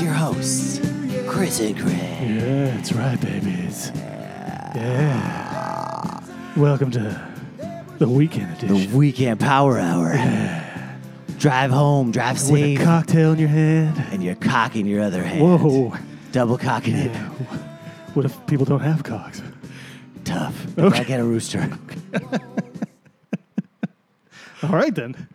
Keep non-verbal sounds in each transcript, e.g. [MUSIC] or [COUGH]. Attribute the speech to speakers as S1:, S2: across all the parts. S1: your hosts, Chris and Greg.
S2: Yeah, that's right, babies. Yeah. Welcome to the weekend
S1: The
S2: edition.
S1: weekend power [SIGHS] hour. Drive home, drive
S2: With
S1: safe,
S2: a cocktail in your hand.
S1: and your cock in your other hand.
S2: Whoa.
S1: Double cocking
S2: Yeah. What if people don't have cocks?
S1: it. Tough. [LAUGHS]
S2: Okay.
S1: Like at a rooster.
S2: All right then.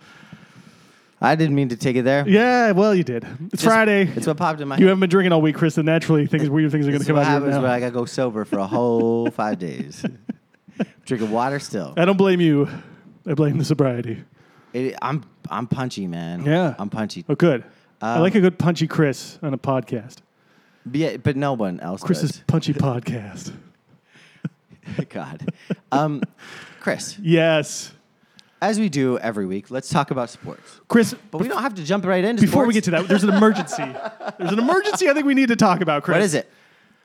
S1: I didn't mean to take it there.
S2: Yeah, well, you did. It's
S1: Just-
S2: Friday.
S1: It's what popped in my
S2: you
S1: head.
S2: haven't been drinking all week, Chris, and naturally things weird things are going
S1: This
S2: to
S1: is
S2: come
S1: what
S2: out of your
S1: happens when I
S2: mouth.
S1: gotta go sober for a [LAUGHS] whole five days. Drinking water still.
S2: I don't blame you. I blame the sobriety.
S1: It, I'm I'm punchy, man.
S2: Yeah.
S1: I'm punchy.
S2: Oh, good. I
S1: Um,
S2: like a good punchy Chris on a podcast.
S1: But, yeah, but no one else.
S2: Chris's
S1: [LAUGHS]
S2: punchy podcast.
S1: does. [LAUGHS] God. Um, Chris,
S2: Yes.
S1: as we do every week, let's talk about sports.
S2: Chris,
S1: But we don't have to jump right into
S2: Before we get
S1: sports.
S2: to that, there's an emergency. there's an emergency I think we need to talk about, Chris.
S1: what is it?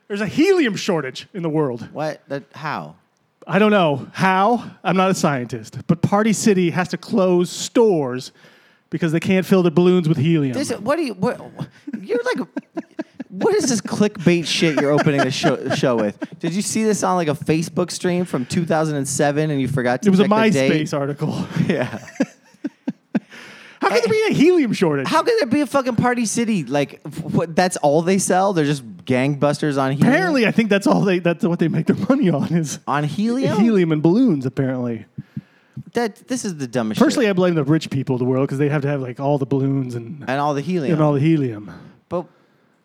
S2: There's a helium shortage in the world.
S1: What? That, how?
S2: I don't know how. I'm not a scientist, but Party City has to close stores because they can't fill their balloons with helium.
S1: This, what do you? What? You're like. What is this clickbait shit you're opening the show, show with? Did you see this on like a Facebook stream from 2007 and you forgot to?
S2: it was a
S1: check the date?
S2: MySpace article. How
S1: Yeah.
S2: could there be a helium shortage?
S1: How could there be a fucking Party City? Like, f- what, that's all they sell. They're just gangbusters on helium.
S2: apparently, I think that's all they that's what they make their money on is
S1: on helium.
S2: helium and balloons apparently.
S1: That this is the dumbest. shit.
S2: Personally, I blame the rich people of the world because they have to have like all the balloons and
S1: and all the helium.
S2: and all the helium.
S1: but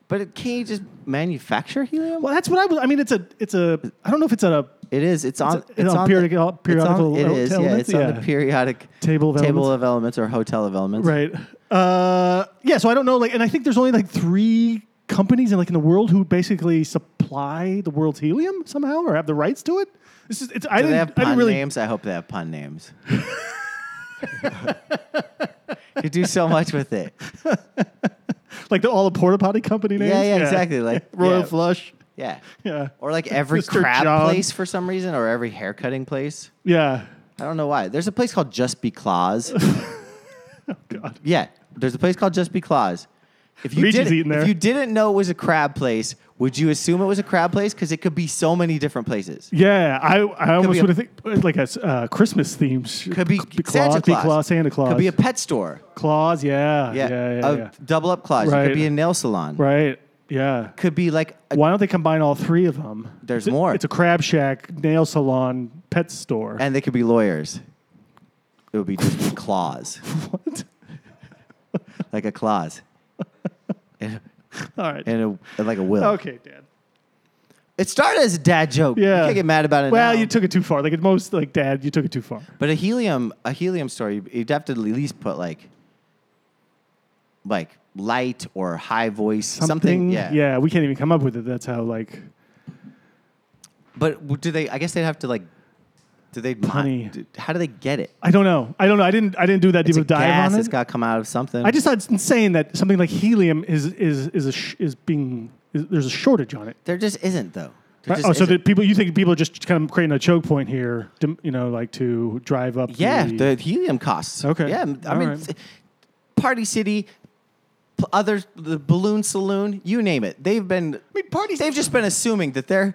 S1: but it, can you just manufacture helium?
S2: Well, that's what I was I mean it's a it's a I don't know if it's a
S1: It is. It's on.
S2: it's on periodic-
S1: the,
S2: periodical
S1: It's on, it is. Yeah.
S2: elements?
S1: It's on the
S2: Yeah.
S1: periodic
S2: Table of
S1: table
S2: elements.
S1: of elements or hotel of elements.
S2: Right. Uh, yeah. So I don't know. Like, and I think there's only like three companies in like in the world who basically supply the world's helium somehow or have the rights to it. This is. It's, I
S1: Do
S2: didn't.
S1: they have
S2: I
S1: pun
S2: didn't really.
S1: names? I hope they have pun
S2: [LAUGHS]
S1: names. Could do so much with it.
S2: [LAUGHS] Like the all the porta potty company names.
S1: Yeah, yeah, exactly.
S2: [LAUGHS]
S1: Like
S2: Royal
S1: yeah,
S2: Flush.
S1: Yeah.
S2: [LAUGHS] Yeah.
S1: Or like every
S2: Mr.
S1: crab
S2: John.
S1: place for some reason, or every hair cutting place.
S2: Yeah.
S1: I don't know why. There's a place called Just Be Claws.
S2: God.
S1: yeah, there's a place called Just Be Claws. If you,
S2: Luigi's
S1: didn't,
S2: eating there.
S1: if you didn't know it was a crab place, would you assume it was a crab place? Because it could be so many different places.
S2: Yeah. I I almost
S1: be a-
S2: would have think like a s- uh, Christmas themed. sh-
S1: Could be
S2: Claus,
S1: Santa
S2: be
S1: Claus.
S2: Claus, Santa Claus.
S1: Could be a pet store.
S2: Claus. Yeah.
S1: Yeah.
S2: Yeah. Yeah. Yeah.
S1: a double up Claus. It
S2: Right.
S1: could be a nail salon.
S2: Right. Yeah.
S1: Could be like a,
S2: Why don't they combine all three of them?
S1: There's
S2: It's a-
S1: more.
S2: It's a crab shack, nail salon, pet store.
S1: and they could be lawyers. It would be just [LAUGHS] Claus.
S2: [LAUGHS] what?
S1: Like a [LAUGHS] Claus. And,
S2: All right.
S1: and, a, and like a will.
S2: okay, Dad.
S1: It started as a dad joke. You
S2: Yeah.
S1: can't get mad about it
S2: Well,
S1: now.
S2: you took it too far. Like at most, like Dad, you took it too far.
S1: But a helium, a helium story, you'd have to at least put like, like light or high voice, something. yeah.
S2: Yeah, we can't even come up with it. That's how like
S1: But w- do they? I guess they'd have to like. Do they? mon-
S2: Punny.
S1: do- How do they get it?
S2: I don't know. I don't know. I didn't. I didn't do that
S1: It's
S2: deep
S1: a
S2: of a dive
S1: gas.
S2: on
S1: It's
S2: it.
S1: got to come out of something.
S2: I just thought it's insane that something like helium is is is a sh- is being is, there's a shortage on it.
S1: there just isn't though. There
S2: Right?
S1: just
S2: Oh, so
S1: isn't.
S2: that people you think people are just kind of creating a choke point here, to, you know, like to drive up.
S1: yeah,
S2: the-
S1: the helium costs.
S2: Okay.
S1: Yeah, m- I
S2: All
S1: mean,
S2: right.
S1: s- Party City, p- other the balloon saloon, you name it. They've been. I mean, parties. They've just been assuming that their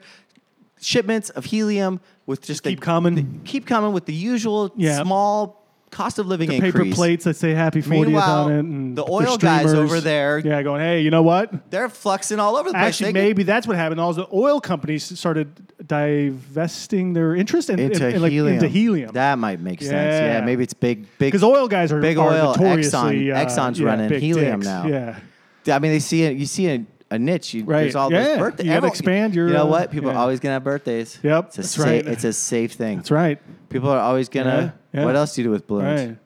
S1: shipments of helium with just, the-
S2: keep coming.
S1: keep coming with the usual
S2: Yeah.
S1: small cost of living
S2: paper
S1: increase.
S2: plates that say happy 40th
S1: Meanwhile,
S2: on it. And
S1: the
S2: their
S1: oil guys
S2: streamers.
S1: over there-
S2: Yeah, going, hey, you know what?
S1: They're fluxing all over the place.
S2: Actually,
S1: They could-
S2: maybe that's what happened. All the oil companies started divesting their interest in,
S1: into
S2: in- in, like,
S1: helium.
S2: into helium.
S1: That might make sense.
S2: Yeah.
S1: Yeah, maybe it's big, big.
S2: Because oil guys are
S1: Big
S2: are
S1: oil,
S2: notoriously,
S1: Exxon-
S2: uh,
S1: Exxon's
S2: yeah,
S1: running
S2: big
S1: helium
S2: dicks.
S1: now.
S2: Yeah,
S1: I mean, they see it. You see a, a niche. You, There's
S2: Right.
S1: all
S2: Yeah.
S1: those birthdays.
S2: You gotta expand your,
S1: You know
S2: uh,
S1: what? People are
S2: yeah.
S1: always gonna have birthdays.
S2: Yep,
S1: It's a
S2: that's
S1: sa-
S2: right.
S1: It's a safe thing.
S2: that's right.
S1: People are always gonna.
S2: Yeah, yeah.
S1: What else do you do with balloons?
S2: Right.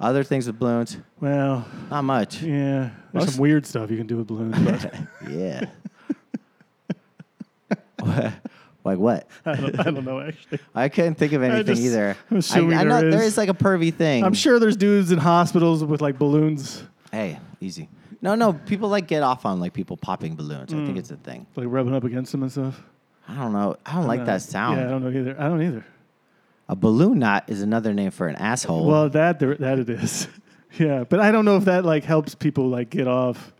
S1: Other things with balloons?
S2: Well,
S1: Not much. Yeah.
S2: yeah. There's
S1: Most-
S2: some weird stuff you can do with balloons,
S1: [LAUGHS]
S2: but
S1: like what?
S2: I, don't, I don't know actually.
S1: I couldn't think of anything
S2: just-
S1: either.
S2: I'm assuming
S1: I, I
S2: there
S1: know there
S2: is.
S1: is like a pervy thing.
S2: I'm sure there's dudes in hospitals with like balloons,
S1: Hey, easy. No, no. People like get off on like people popping balloons. I
S2: Mm.
S1: think it's a thing.
S2: like rubbing up against them and stuff.
S1: I don't know. I don't like
S2: Uh,
S1: that sound.
S2: Yeah, I don't know either. I don't either.
S1: A balloon knot is another name for an asshole.
S2: [LAUGHS] Well, that there, that it is. yeah, but I don't know if that like helps people like get off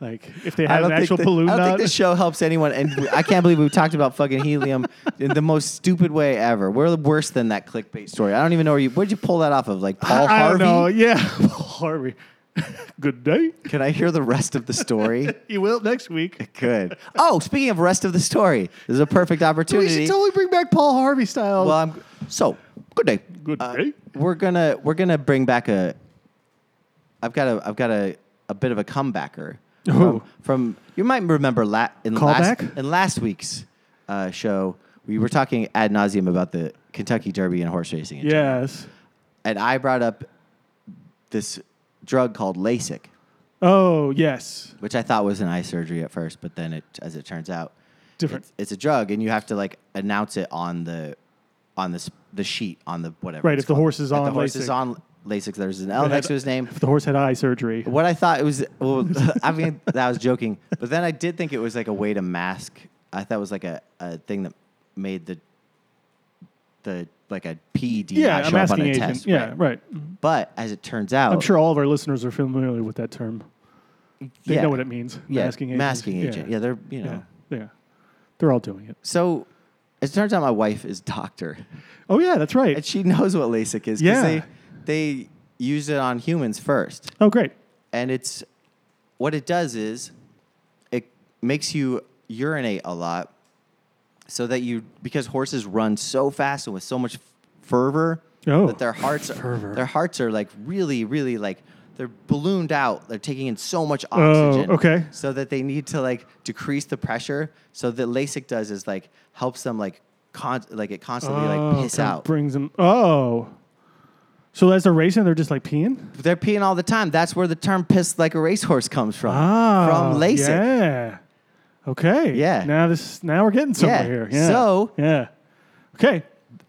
S2: Like if they
S1: I
S2: had
S1: don't
S2: an
S1: think
S2: actual
S1: the-
S2: balloon
S1: I don't
S2: out.
S1: think this show helps anyone, and I can't believe we talked about fucking
S2: [LAUGHS]
S1: helium in the most stupid way ever. We're worse than that clickbait story. I don't even know where you where'd you pull that off of, like Paul
S2: [LAUGHS] I, I
S1: Harvey.
S2: don't know. Yeah, [LAUGHS] Harvey. Good day.
S1: Can I hear the rest of the story? [LAUGHS]
S2: You will next week.
S1: Good. Oh, speaking of rest of the story, this is a perfect
S2: We
S1: opportunity.
S2: should totally bring back Paul Harvey style.
S1: well, I'm so good day.
S2: Good
S1: Uh,
S2: day.
S1: we're gonna we're gonna bring back a. I've got a I've got a a bit of a comebacker
S2: Ooh.
S1: from, from you might remember la- in last
S2: Oh. Callback?
S1: in last week's uh, show we were talking ad nauseum about the Kentucky Derby and horse racing, in general.
S2: yes.
S1: and I brought up this drug called LASIK,
S2: Oh yes.
S1: which I thought was an eye surgery at first, but then it as it turns out
S2: Different.
S1: it's, it's a drug, and you have to like announce it on the on this the sheet on the whatever.
S2: Right,
S1: it's
S2: if the
S1: called.
S2: horse is
S1: If the
S2: on
S1: horse is
S2: LASIK.
S1: on LASIK. There's an L
S2: If it
S1: next
S2: had-
S1: to his name.
S2: If the horse had eye surgery.
S1: What I thought it was, well, [LAUGHS] I mean, that I was joking, but then I did think it was like a way to mask. I thought it was like a, a thing that made the the like a PED
S2: Yeah,
S1: not show up
S2: a
S1: on
S2: masking
S1: a
S2: agent.
S1: test.
S2: yeah,
S1: right?
S2: right.
S1: But as it turns out,
S2: I'm sure all of our listeners are familiar with that term. They
S1: yeah,
S2: know what it means.
S1: Yeah,
S2: masking agent.
S1: Masking agent. Yeah, they're you know.
S2: yeah. yeah. They're all doing it.
S1: So as it turns out, my wife is doctor.
S2: Oh yeah, that's right.
S1: And she [LAUGHS] knows what LASIK is because
S2: Yeah.
S1: they they use it on humans first,
S2: oh great.
S1: and it's what it does is it makes you urinate a lot, so that you because horses run so fast and with so much fervor
S2: Oh.
S1: that their hearts
S2: Fervor.
S1: are, their hearts are like really really like they're ballooned out. They're taking in so much
S2: Oh,
S1: oxygen.
S2: okay.
S1: So that they need to like decrease the pressure. So that LASIK does is like helps them like con- like it constantly like
S2: Oh,
S1: piss
S2: kinda
S1: out.
S2: Brings them. Oh. So as they're racing, they're just like peeing.
S1: They're peeing all the time. That's where the term "piss like a racehorse" comes from.
S2: Ah,
S1: from LASIK.
S2: Yeah. Okay.
S1: Yeah.
S2: Now this. Now we're getting somewhere
S1: Yeah.
S2: here. Yeah.
S1: So-
S2: Yeah. Okay.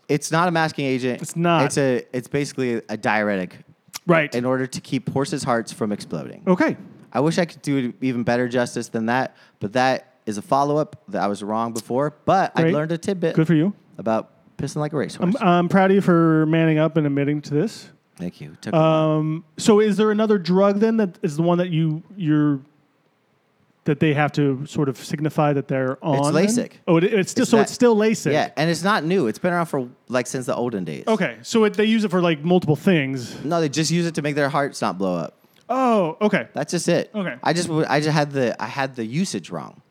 S1: It's not a masking agent.
S2: It's not.
S1: It's a. It's basically a diuretic
S2: Right.
S1: in order to keep horses' hearts from exploding.
S2: okay.
S1: I wish I could do it even better justice than that, but that is a follow up that I was wrong before. But I
S2: Great.
S1: learned a tidbit
S2: Good for you.
S1: about pissing like a racehorse.
S2: I'm, uh, I'm proud of you for manning up and admitting to this.
S1: Thank you. Took
S2: Um, so is there another drug then that is the one that you you're that they have to sort of signify that they're on? then?
S1: LASIK.
S2: Oh, it, it's still
S1: It's
S2: so
S1: that-
S2: it's still LASIK.
S1: yeah, and it's not new. It's been around for like since the olden days.
S2: Okay. So it, they use it for like multiple things.
S1: No, they just use it to make their hearts not blow up.
S2: Oh, okay.
S1: That's just it.
S2: Okay.
S1: I just w- I just had the I had the usage wrong.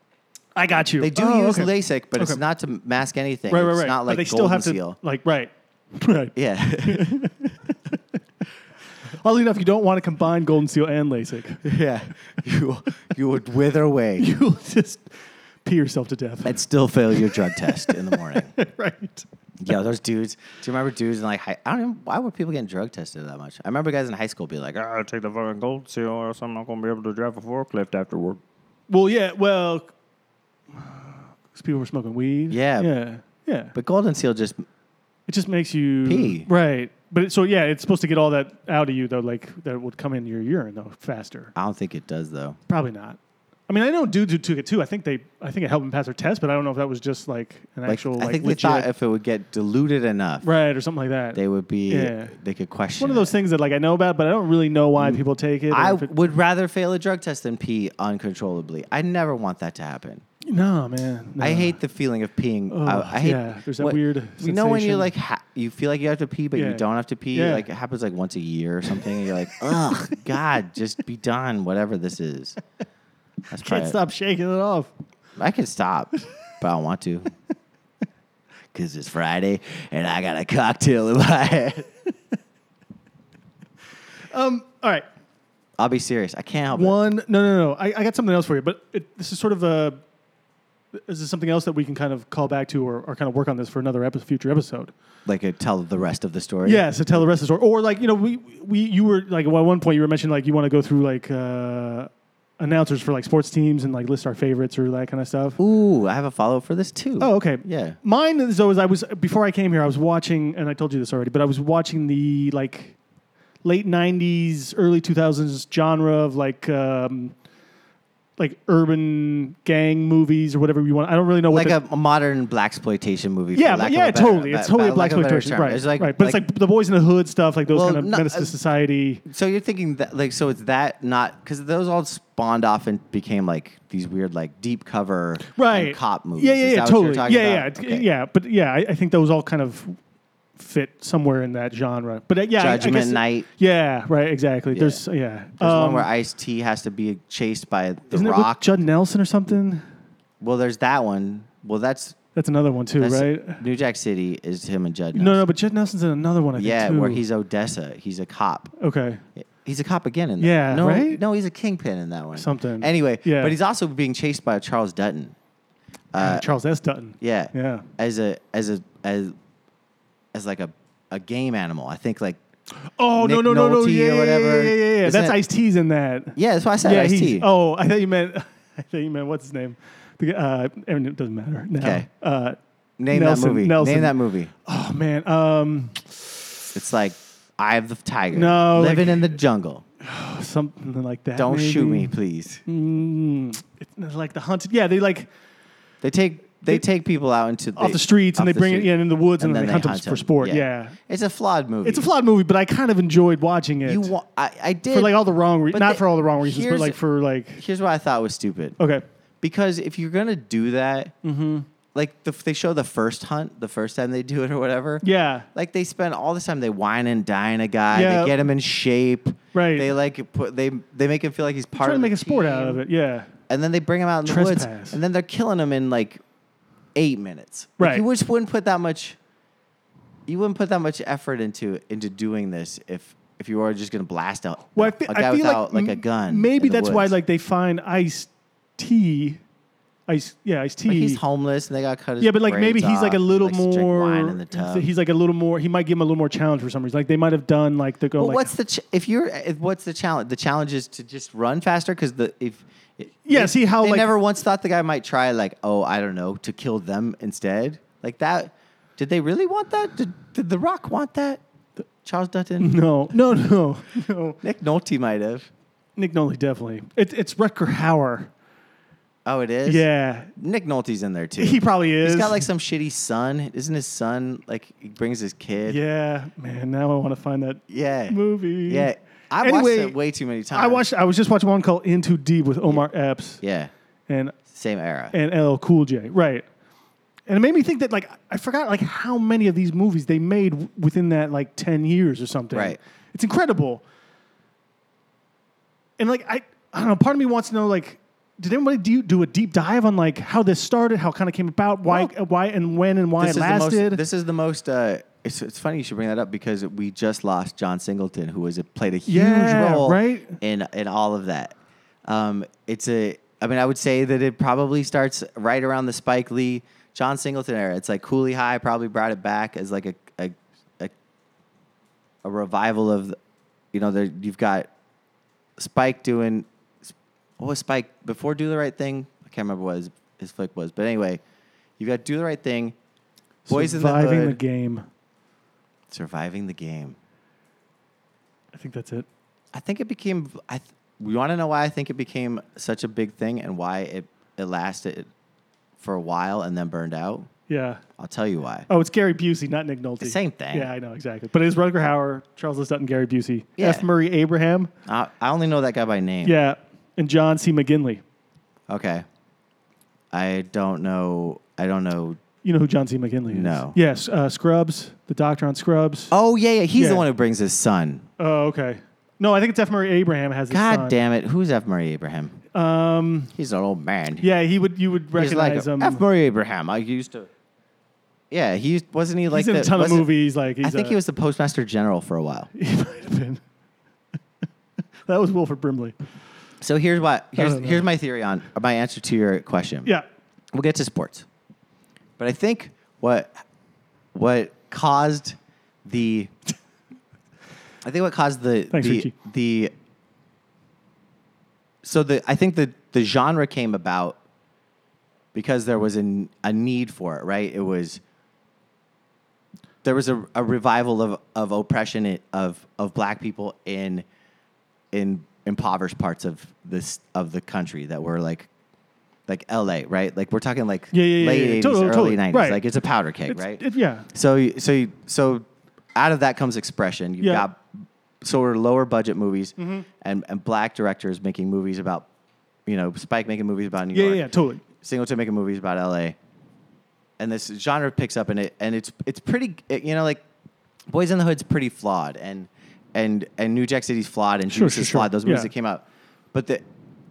S2: I got you.
S1: They do
S2: Oh,
S1: use
S2: okay.
S1: LASIK, but it's
S2: Okay.
S1: not to mask anything.
S2: Right, right,
S1: it's
S2: right.
S1: not like
S2: but they
S1: golden
S2: still have to
S1: seal.
S2: like right. [LAUGHS] Right.
S1: Yeah. [LAUGHS]
S2: Oddly enough, you don't want to combine Golden Seal and LASIK. [LAUGHS]
S1: yeah. You you would wither away
S2: You'll just pee yourself to death.
S1: and still fail your drug test in the morning.
S2: [LAUGHS] right.
S1: Yeah, those dudes. Do you remember dudes in like high, I don't even why were people getting drug tested that much? I remember guys in high school be like, "Ah,
S3: I gotta take the fucking gold seal or else I'm not gonna be able to drive a forklift afterward.
S2: Well, yeah. Well, 'cause people were smoking weed.
S1: Yeah.
S2: Yeah. Yeah. But
S1: but golden seal just
S2: it just makes you
S1: Pee.
S2: Right. But it, so yeah, it's supposed to get all that out of you though, like that would come into your urine though faster.
S1: I don't think it does though.
S2: Probably not. I mean, I know dudes who took it too. I think they, I think it helped them pass their test, but I don't know if that was just like an
S1: Like,
S2: actual,
S1: I
S2: like
S1: think
S2: legit,
S1: they thought if it would get diluted enough,
S2: right or something like that.
S1: they would be
S2: Yeah.
S1: they could question.
S2: one of those
S1: it.
S2: things that like I know about, but I don't really know why people take it. or
S1: I
S2: if it-
S1: would rather fail a drug test than pee uncontrollably. I never want that to happen.
S2: no, man. no.
S1: I hate the feeling of peeing.
S2: Oh,
S1: I, I hate.
S2: yeah, there's that weird
S1: You know when you
S2: sensation.
S1: like ha- you feel like you have to pee, but
S2: Yeah.
S1: you don't have to pee.
S2: Yeah.
S1: Like it happens like once a year or something. And you're
S2: [LAUGHS]
S1: like, ugh, God, just be done. Whatever this is. That's
S2: Can't
S1: probably-
S2: stop shaking it off.
S1: I can stop, but I don't want
S2: [LAUGHS]
S1: to. Cause it's Friday and I got a cocktail in my head.
S2: Um. All right.
S1: I'll be serious. I can't help it.
S2: One. No, no, no. I, I got something else for you, but it, this is sort of a. This is something else that we can kind of call back to, or, or kind of work on this for another epi- future episode.
S1: Like uh, tell the rest of the story.
S2: Yeah. So tell the rest of the story, or like you know, we we you were like at one point you were mentioning like you want to go through like uh, announcers for like sports teams and like list our favorites or that kind of stuff.
S1: Ooh, I have a follow up for this too.
S2: Oh, okay.
S1: Yeah.
S2: Mine is though is I was before I came here, I was watching, and I told you this already, but I was watching the like late '90s, early 2000s genre of like um, like urban gang movies or whatever you want. I don't really know what
S1: like
S2: the-
S1: a, a modern black exploitation movie. for
S2: yeah,
S1: lack
S2: but
S1: of
S2: yeah,
S1: a better-
S2: totally.
S1: ba-
S2: It's totally
S1: ba-
S2: a black
S1: lack of a better
S2: exploitation,
S1: term.
S2: right?
S1: It's like,
S2: right, but
S1: like-
S2: it's like the boys in the hood stuff, like those
S1: Well,
S2: kind of
S1: no,
S2: menace
S1: uh,
S2: to society.
S1: so you're thinking that like so it's that not because those all spawned off and became like these weird like deep cover and
S2: right
S1: cop movies.
S2: Yeah, yeah,
S1: Is
S2: yeah,
S1: that what
S2: totally.
S1: you're talking
S2: yeah,
S1: about?
S2: yeah,
S1: Okay.
S2: yeah. But yeah, I, I think those all kind of fit somewhere in that genre. But uh, yeah, I- I
S1: Judgment
S2: guess-
S1: Night.
S2: Yeah, right. Exactly. There's yeah.
S1: There's
S2: Um,
S1: one where Ice T has to be chased by the
S2: isn't it with
S1: Rock.
S2: Judd Nelson or something?
S1: well, there's that one. Well, that's,
S2: That's another one too,
S1: that's
S2: right?
S1: New Jack City is him and Judd.
S2: No,
S1: Nelson.
S2: no, but Judd Nelson's in another one. I
S1: yeah,
S2: think, too.
S1: where he's Odessa. He's a cop.
S2: okay.
S1: He's a cop again in that.
S2: Yeah,
S1: no,
S2: right?
S1: no, he's a kingpin in that one.
S2: Something.
S1: Anyway,
S2: Yeah.
S1: but he's also being chased by Charles Dutton.
S2: Uh, Charles S. Dutton.
S1: Yeah.
S2: Yeah.
S1: As a as a as as like a a game animal. I think like
S2: Oh no
S1: Nick
S2: no no no
S1: Nolte or
S2: yeah, yeah,
S1: whatever.
S2: yeah yeah yeah
S1: Isn't
S2: that's
S1: it-
S2: Ice T's in that
S1: yeah, that's why I said Ice
S2: he's-
S1: T.
S2: Oh, I thought you meant. [LAUGHS] I thought you meant what's his name. The guy- Uh, and it doesn't matter. now.
S1: Okay.
S2: Uh,
S1: Name
S2: Nelson-
S1: that movie.
S2: Nelson.
S1: Name that movie.
S2: oh man. Um,
S1: It's like Eye of the Tiger.
S2: No,
S1: Living
S2: like-
S1: in the jungle.
S2: something like that.
S1: Don't shoot me,
S2: maybe.
S1: please.
S2: Mm, it's like the hunted. Yeah, they like
S1: They take they, take people out into
S2: off the streets and
S1: off
S2: they bring it
S1: street.
S2: in, in the woods and,
S1: And
S2: then, they hunt, them for sport. Yeah.
S1: It's a flawed movie.
S2: It's a flawed movie, but I kind of enjoyed watching it
S1: You wa- I, I did
S2: for like all the wrong reasons.
S1: but
S2: Not
S1: the-
S2: for all the wrong reasons, but
S1: here's-
S2: like for like
S1: Here's what I thought was stupid.
S2: okay.
S1: Because if you're gonna do that,
S2: Mm-hmm.
S1: like the, they show the first hunt, the first time they do it or whatever.
S2: Yeah.
S1: Like they spend all this time they wine and dine a guy.
S2: Yeah.
S1: They get him in shape.
S2: Right.
S1: They like put they they make him feel like he's part
S2: Trying to
S1: of
S2: make
S1: the
S2: a sport
S1: team.
S2: out of it. Yeah.
S1: And then they bring him out in the
S2: Trespass.
S1: woods. And then they're killing him in like eight minutes. Like,
S2: Right.
S1: you just wouldn't put that much you wouldn't put that much effort into into doing this if if you were just gonna blast out
S2: Well, I
S1: a
S2: fe-
S1: guy
S2: I feel
S1: without like,
S2: like,
S1: a
S2: m-
S1: gun.
S2: Maybe
S1: in the
S2: that's why
S1: woods.
S2: like they find Ice T, Ice yeah Ice T.
S1: Like, he's homeless and they got cut his
S2: yeah, but like maybe
S1: braids
S2: he's like a
S1: off,
S2: little
S1: likes to drink
S2: more.
S1: wine in the tub.
S2: He's like a little more. He might give him a little more challenge for some reason. Like they might have done like the go
S1: But
S2: like
S1: what's the ch- if you're if, what's the challenge? The challenge is to just run faster because the if
S2: Yeah,
S1: they-
S2: see how,
S1: they
S2: like-
S1: never once thought the guy might try like oh I don't know to kill them instead like that. Did they really want that? Did, did The Rock want that? Charles Dutton,
S2: [LAUGHS] no no no [LAUGHS] no.
S1: Nick Nolte might have.
S2: Nick Nolte definitely. It, it's Rutger Hauer.
S1: Oh, it is.
S2: Yeah,
S1: Nick Nolte's in there too.
S2: he probably is.
S1: He's got like some shitty son. Isn't his son like he brings his kid?
S2: yeah man. Now I want to find that
S1: Yeah.
S2: movie.
S1: Yeah. I
S2: Anyway,
S1: watched it way too many times.
S2: I watched. I was just watching one called In Too Deep with Omar Epps
S1: Yeah.
S2: and
S1: Same era.
S2: and LL Cool J, right? And it made me think that like I forgot like how many of these movies they made w- within that like ten years or something.
S1: Right.
S2: It's incredible. And like I, I don't know. Part of me wants to know like, did anybody do do a deep dive on like how this started, how it kind of came about, why
S1: Well,
S2: uh, why and when and why it lasted?
S1: The most, this is the most. Uh, it's, it's funny you should bring that up because we just lost John Singleton, who was a, played a huge
S2: Yeah,
S1: role
S2: right?
S1: in in all of that. Um, it's a. I mean, I would say that it probably starts right around the Spike Lee John Singleton era. It's like Cooley High probably brought it back as like a a a, a revival of, the, you know, there you've got Spike doing what was Spike before Do the Right Thing? I can't remember what his, his flick was, but anyway, you got Do the Right Thing, Boys
S2: Surviving
S1: in the Hood,
S2: the game.
S1: Surviving the Game.
S2: I think that's it.
S1: I think it became. I th- we want to know why I think it became such a big thing and why it it lasted for a while and then burned out.
S2: Yeah.
S1: I'll tell you why.
S2: Oh, it's Gary Busey, not Nick Nolte.
S1: Same thing.
S2: Yeah, I know exactly. But it is Rutger Hauer, Charles S. Dutton, Gary Busey,
S1: Yeah.
S2: F. Murray Abraham.
S1: I, I only know that guy by name.
S2: Yeah, and John C. McGinley.
S1: Okay. I don't know. I don't know.
S2: You know who John C. McGinley is?
S1: No.
S2: Yes, uh, Scrubs, the doctor on Scrubs.
S1: Oh yeah, yeah. He's
S2: Yeah.
S1: the one who brings his son.
S2: Oh, okay. No, I think it's F. Murray Abraham has. His
S1: God
S2: son.
S1: damn it! Who's F. Murray Abraham?
S2: Um,
S1: He's an old man.
S2: yeah, he would. You would
S1: He's like
S2: recognize him.
S1: F. Murray Abraham. I used to. Yeah, he used- wasn't he like
S2: he's in
S1: the,
S2: a ton of
S1: wasn't-
S2: movies. uh, Like he's
S1: I think
S2: a-
S1: he was the postmaster general for a while.
S2: [LAUGHS] He might have been. [LAUGHS] that was Wilford Brimley.
S1: So here's what here's
S2: don't know.
S1: here's my theory on or my answer to your question.
S2: Yeah.
S1: we'll get to sports, but I think what what caused the
S2: [LAUGHS]
S1: I think what caused the
S2: Thanks,
S1: the,
S2: Richie.
S1: the so the I think the the genre came about because there was an, a need for it, right? It was there was a, a revival of, of oppression i- of of black people in in impoverished parts of this of the country that were like like LA, right? Like we're talking like
S2: Yeah, yeah, yeah,
S1: late
S2: yeah, yeah.
S1: 80s,
S2: Totally,
S1: early
S2: totally.
S1: 90s.
S2: Right.
S1: Like it's a powder keg, right?
S2: It, yeah.
S1: So you- so you, so out of that comes expression. You've
S2: Yeah. Mm-hmm.
S1: got sort of lower budget movies and, and black directors making movies about you know, Spike making movies about New
S2: Yeah, yeah,
S1: York.
S2: yeah, totally.
S1: Singleton making movies about LA. And this genre picks up in it and it's it's pretty it- you know like Boys in the Hood's pretty flawed and and and New Jack City's flawed and
S2: Sure,
S1: Juice
S2: sure,
S1: is
S2: sure.
S1: flawed those movies
S2: Yeah.
S1: that came out. But the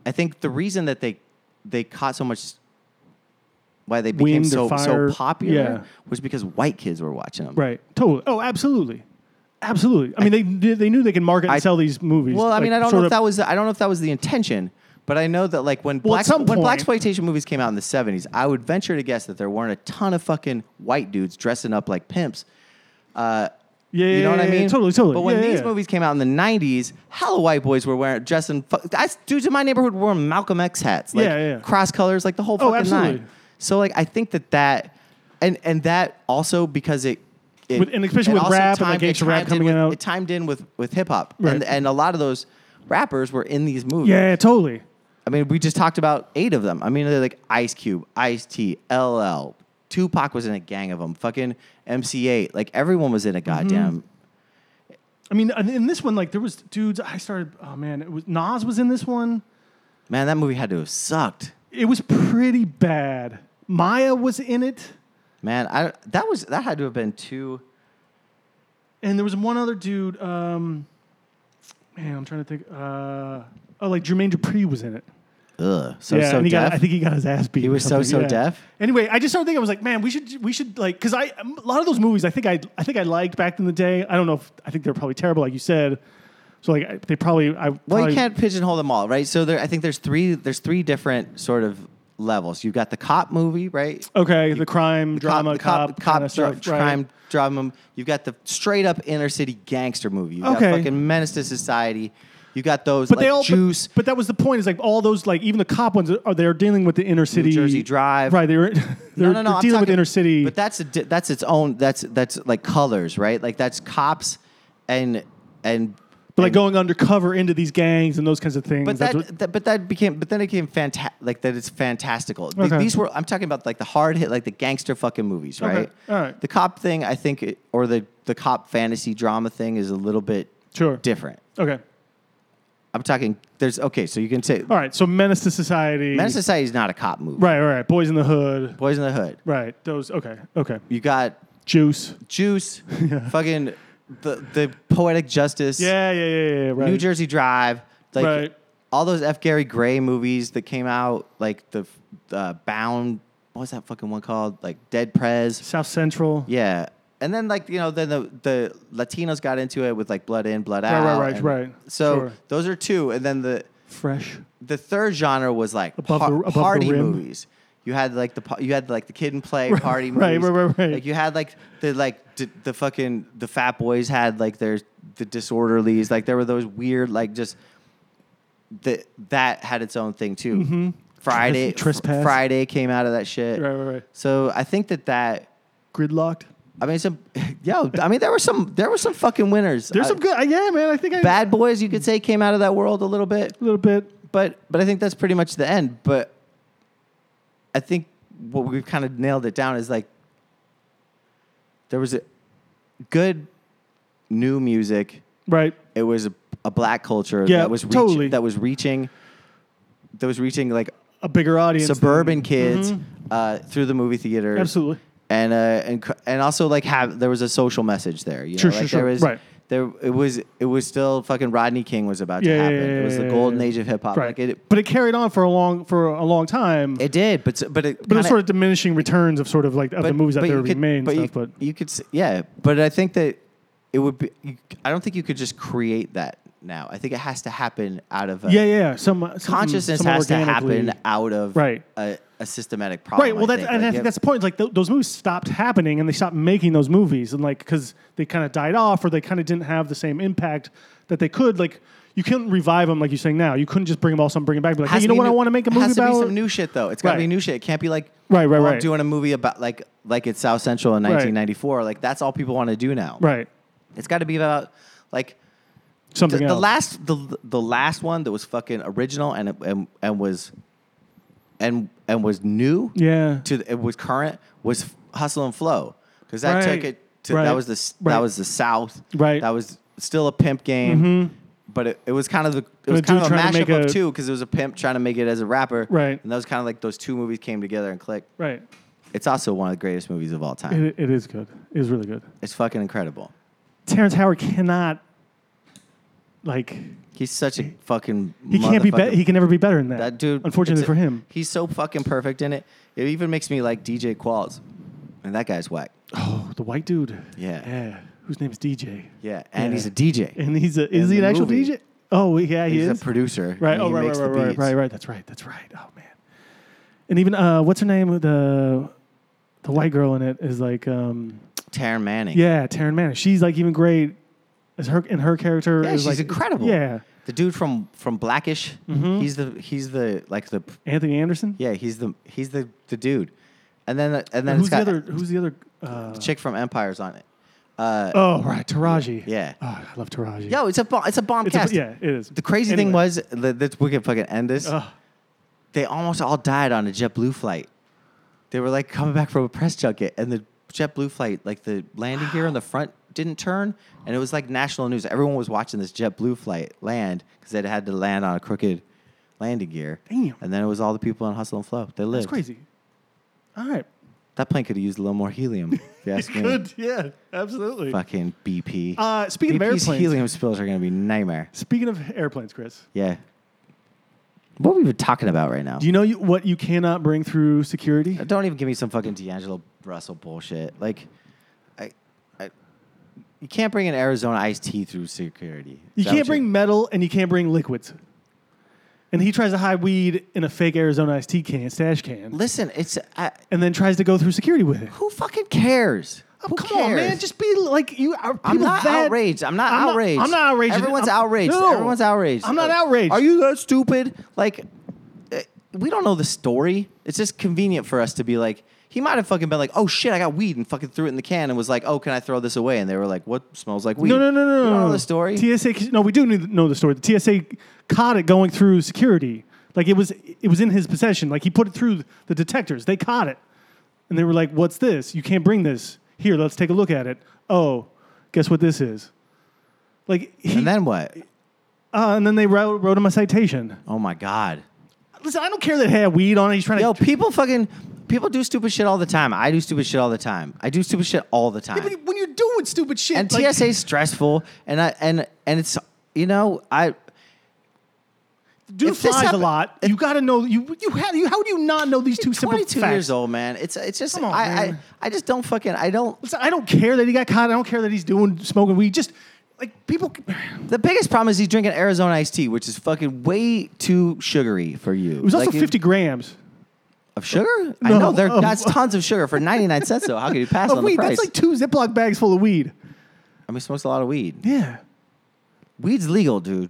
S1: I think the reason that they they caught so much why they became
S2: Wind or
S1: so
S2: fire.
S1: so popular
S2: Yeah.
S1: was because white kids were watching them.
S2: Right. Totally. Oh, absolutely. Absolutely. I mean, they they knew they could market and
S1: I-
S2: sell these movies.
S1: Well, I
S2: like,
S1: mean, I don't
S2: sort
S1: know if
S2: of-
S1: that was I don't know if that was the intention, but I know that like when
S2: Well,
S1: black
S2: at some
S1: when
S2: point-
S1: black exploitation movies came out in the seventies, I would venture to guess that there weren't a ton of fucking white dudes dressing up like pimps. Uh,
S2: Yeah, yeah,
S1: you know what I
S2: yeah, yeah,
S1: mean?
S2: Totally, totally.
S1: But when
S2: Yeah, yeah,
S1: these
S2: yeah.
S1: movies came out in the '90s, hella white boys were wearing dressing. Fu- I, dudes in my neighborhood wore Malcolm X hats, like
S2: Yeah, yeah.
S1: cross colors, like the whole
S2: Oh,
S1: fucking
S2: absolutely.
S1: nine. So like, I think that that, and and that also because it, it
S2: With- and especially
S1: it
S2: with
S1: also
S2: rap and, like,
S1: timed- it
S2: gangsta rap
S1: timed in
S2: coming
S1: with-
S2: out.
S1: it timed in with with hip hop,
S2: Right.
S1: and and a lot of those rappers were in these movies.
S2: yeah, totally.
S1: I mean, we just talked about eight of them. I mean, they're like Ice Cube, Ice T, LL, Tupac was in a gang of them. Fucking MC8, like everyone was in
S2: Mm-hmm.
S1: a goddamn.
S2: I mean, and in this one, like there was dudes. I started. Oh man, it was Nas was in this one.
S1: Man, that movie had to have sucked.
S2: It was pretty bad. Maya was in it,
S1: Man, I that was that had to have been two.
S2: and there was one other dude. Um, man, I'm trying to think. Uh, oh, like Jermaine Dupri was in it.
S1: Ugh, so
S2: yeah,
S1: so
S2: and he
S1: deaf.
S2: got. I think he got his ass beat. He
S1: was so, so deaf?
S2: Anyway, I just started thinking. I was like, man, we should we should like because I a lot of those movies. I think I I think I liked back in the day. I don't know. if I think they're probably terrible, like you said. So like I- they probably I
S1: well,
S2: probably-
S1: you can't pigeonhole them all, right? So there, I think there's three. There's three different sort of levels. You've got the cop movie, right?
S2: Okay, the crime drama
S1: the
S2: cop, kind of
S1: dra-
S2: stuff, right.
S1: crime drama. You've got the straight up inner city gangster movie. You've
S2: Okay.
S1: got fucking menace to society. You got those
S2: But
S1: like
S2: they all but-
S1: juice.
S2: But, that was the point. Is like all those like even the cop ones are they're dealing with the inner city,
S1: Jersey Drive.
S2: right? They're [LAUGHS] they're,
S1: no, no, no.
S2: they're
S1: I'm
S2: dealing with
S1: talking-
S2: inner city.
S1: But that's a di- that's its own. That's that's like colors, right? Like that's cops and and.
S2: but like going undercover into these gangs and those kinds of things.
S1: But
S2: That's
S1: that,
S2: what-
S1: that- but that became, but then it became fantastic. Like that, it's fantastical. Th-
S2: Okay.
S1: These were, I'm talking about like the hard hit, like the gangster fucking movies,
S2: Okay.
S1: right?
S2: All right.
S1: The cop thing, I think, it, or the the cop fantasy drama thing is a little bit
S2: Sure.
S1: different.
S2: okay.
S1: I'm talking. There's okay, so you can say
S2: All right. So menace to society.
S1: Menace to Society is not a cop movie.
S2: Oh, Right. All right. Boys in the hood.
S1: Boys in the Hood.
S2: Right. Those. Okay. Okay.
S1: You got
S2: Juice. [LAUGHS]
S1: Juice, fucking the the poetic justice.
S2: Yeah. Yeah. Yeah. Yeah. yeah, Right.
S1: New Jersey Drive, like
S2: Right.
S1: all those F. Gary Gray movies that came out, like the uh, Bound. What was that fucking one called? Like Dead Prez.
S2: South Central.
S1: Yeah, and then like you know, then the the Latinos got into it with like Blood In, Blood
S2: right,
S1: Out.
S2: right,
S1: and-
S2: right.
S1: So
S2: Sure.
S1: those are two, and then the
S2: Fresh.
S1: the third genre was like
S2: Above
S1: par-
S2: the- above the
S1: party
S2: rim.
S1: movies. You had like the pa- you had like the kid and play party
S2: [LAUGHS] right,
S1: movies.
S2: right, right, right.
S1: Like you had like the like d- the fucking the fat boys had like their the disorderlies. Like there were those weird like just that that had its own thing too. Friday
S2: Mm-hmm. Trespass.
S1: Fr- Friday came out of that shit.
S2: Right. Right. Right.
S1: So I think that that
S2: Gridlocked.
S1: I mean some [LAUGHS] yo I mean there were some there were some fucking winners.
S2: There's
S1: Uh,
S2: some good. I- Yeah, man. I think I
S1: bad boys you could say came out of that world a little bit
S2: a little bit.
S1: but but I think that's pretty much the end. But I think what we've kind of nailed it down is like there was a good new music.
S2: Right.
S1: It was a, a black culture
S2: Yeah,
S1: that was reach,
S2: totally.
S1: that was reaching that was reaching like
S2: A bigger audience. than-
S1: suburban kids uh, through the movie theaters.
S2: Mm-hmm. Absolutely.
S1: And uh, and c- and also like have there was a social message there. You
S2: Sure,
S1: know?
S2: sure,
S1: like
S2: sure.
S1: There was,
S2: Right.
S1: There it was it was still fucking Rodney King was about to
S2: Yeah,
S1: happen.
S2: yeah,
S1: it was the
S2: yeah,
S1: golden
S2: yeah.
S1: age of hip hop.
S2: Right.
S1: Like it,
S2: but it carried on for a long for a long time.
S1: It did, but s- but it
S2: but it's
S1: kinda-
S2: sort of diminishing returns of sort of like of the movies that
S1: but
S2: there
S1: you could-
S2: remain
S1: but
S2: stuff.
S1: you,
S2: but
S1: you could s- yeah, but I think that it would be. You, I don't think you could just create that now. I think it has to happen out of a,
S2: yeah, yeah, yeah. Some something-
S1: consciousness
S2: somewhat
S1: has to happen
S2: organically.
S1: out of
S2: Right.
S1: a, a systematic problem.
S2: Right. Well,
S1: I
S2: that's
S1: think.
S2: and
S1: Like,
S2: I think
S1: yeah,
S2: that's the point. Like th- those movies stopped happening, and they stopped making those movies, and like because they kind of died off, or they kind of didn't have the same impact that they could. Like you couldn't revive them, like you're saying now. You couldn't just bring them all, some bring it back. Be like, hey,
S1: has
S2: you
S1: to
S2: know
S1: be
S2: what? I
S1: new-
S2: want to make a movie
S1: It has to
S2: about.
S1: be some new shit though. It's got to be
S2: Right.
S1: new shit. It can't be like
S2: Right, right,
S1: oh, I'm
S2: right.
S1: doing a movie about like like it's South Central in 1994. Like that's all people want to do now.
S2: right.
S1: It's got to be about like
S2: something
S1: the, the
S2: else.
S1: last the the last one that was fucking original and and and was and and was new
S2: yeah.
S1: to the, it was current was Hustle and Flow because that
S2: Right.
S1: took it to
S2: Right.
S1: that was the s
S2: Right.
S1: that was the South
S2: Right.
S1: that was still a pimp game but it, it was kind of the it was
S2: dude
S1: kind of a
S2: trying to
S1: mashup
S2: make
S1: of
S2: a-
S1: two because it was a pimp trying to make it as a rapper
S2: Right.
S1: and that was kind of like those two movies came together and clicked
S2: Right.
S1: it's also one of the greatest movies of all time
S2: It, it is good. It is really good.
S1: it's fucking incredible
S2: Terrence Howard cannot like
S1: he's such a fucking
S2: he can't be
S1: motherfucking
S2: better. He can never be better than that.
S1: That dude.
S2: Unfortunately
S1: it's a-
S2: for him.
S1: he's so fucking perfect in it. It even makes me like DJ Qualls, and that guy's whack.
S2: Oh, the white dude.
S1: Yeah.
S2: Yeah. Whose name is DJ?
S1: Yeah, and
S2: Yeah.
S1: he's a DJ.
S2: And he's a is
S1: In
S2: he an
S1: the
S2: actual
S1: movie.
S2: DJ? Oh yeah, he
S1: he's
S2: is.
S1: a producer.
S2: Right.
S1: and
S2: Oh
S1: he
S2: right, right,
S1: makes
S2: right,
S1: the
S2: right,
S1: beats.
S2: right, right. That's right. That's right. Oh man. And even uh, what's her name? The the white girl in it is like um,
S1: Taryn Manning.
S2: yeah, Taryn Manning. She's like even great. As her and her character
S1: Yeah,
S2: is
S1: she's
S2: like
S1: incredible.
S2: Yeah, Mm-hmm.
S1: The dude from from Blackish. He's the he's the like the
S2: Anthony Anderson.
S1: yeah he's the he's the the dude, and then and then
S2: who's
S1: it's got
S2: the other? Who's the other? Uh,
S1: the chick from Empire's on it. Uh,
S2: oh right, Taraji.
S1: Yeah.
S2: Oh, I love Taraji.
S1: Yo, it's a bomb, it's a bomb
S2: it's
S1: cast.
S2: a, yeah, it is.
S1: The crazy thing
S2: Anyway.
S1: was that that we can fucking end this.
S2: Ugh.
S1: they almost all died on a JetBlue flight. They were like coming back from a press junket, and the JetBlue flight, like the landing gear on the front didn't turn, and it was like national news. Everyone was watching this JetBlue flight land because it had to land on a crooked landing gear.
S2: Damn.
S1: And then it was all the people on Hustle and Flow. They lived.
S2: That's crazy. All right.
S1: That plane could have used a little more helium. If
S2: [LAUGHS]
S1: you ask me.
S2: Good. Yeah. Absolutely.
S1: Fucking BP.
S2: Uh, speaking of
S1: BP's
S2: airplanes.
S1: helium spills are going to be nightmare.
S2: Speaking of airplanes, Chris,
S1: Yeah. What are we even talking about right now?
S2: do you know you, what you cannot bring through security?
S1: Don't even give me some fucking D'Angelo Russell bullshit. Like, I, I, you can't bring an Arizona iced tea through security. Is
S2: You
S1: that
S2: can't
S1: what
S2: bring metal and you can't bring liquids. And he tries to hide weed in a fake Arizona iced tea can, stash can,
S1: Listen, it's I,
S2: and then tries to go through security with it.
S1: who fucking cares?
S2: Oh,
S1: Who
S2: come
S1: cares?
S2: on, man. Just be like you. Are people
S1: I'm not
S2: that,
S1: outraged. I'm not
S2: I'm not-
S1: outraged.
S2: I'm not outraged.
S1: Everyone's
S2: I'm-
S1: outraged.
S2: No.
S1: Everyone's outraged.
S2: I'm not
S1: Uh,
S2: outraged.
S1: Are you that stupid? Like, uh, we don't know the story. It's just convenient for us to be like, he might have fucking been like, oh shit, I got weed and fucking threw it in the can and was like, oh, can I throw this away? And they were like, what smells like weed?
S2: No, no, no, no,
S1: We
S2: no.
S1: don't know
S2: no.
S1: the story.
S2: TSA. c- No, we do need- know the story. The TSA caught it going through security. Like it was, it was in his possession. Like he put it through the detectors. They caught it, and they were like, "What's this? You can't bring this here. Let's take a look at it." Oh, guess what this is? Like he,
S1: and then what?
S2: uh, and then they wrote, wrote him a citation.
S1: Oh my god.
S2: Listen, I don't care that he had weed on it. He's trying
S1: Yo,
S2: to.
S1: people fucking people do stupid shit all the time. I do stupid shit all the time. I do stupid shit all the time.
S2: But [LAUGHS] when you're doing stupid shit,
S1: and
S2: like-
S1: TSA is stressful, and I and and it's you know I
S2: dude
S1: If this
S2: flies a
S1: hap-
S2: lot. you got to know you. You had you. How do you not know these two simple
S1: twenty
S2: facts?
S1: two years old man. It's it's just
S2: Come on,
S1: I, I
S2: man.
S1: I just don't fucking I don't.
S2: Listen, I don't care that he got caught. I don't care that he's doing smoking weed. Just like people, it
S1: The biggest problem is he's drinking Arizona iced tea, which is fucking way too sugary for you. It
S2: was also fifty grams
S1: of sugar. I
S2: No,
S1: know
S2: [LAUGHS]
S1: there
S2: of-
S1: that's tons of sugar for ninety nine cents though. How could you pass
S2: of
S1: on the
S2: weed.
S1: price?
S2: That's like two Ziploc bags full of weed.
S1: I mean, he smokes a lot of weed.
S2: Yeah,
S1: Weed's legal, dude.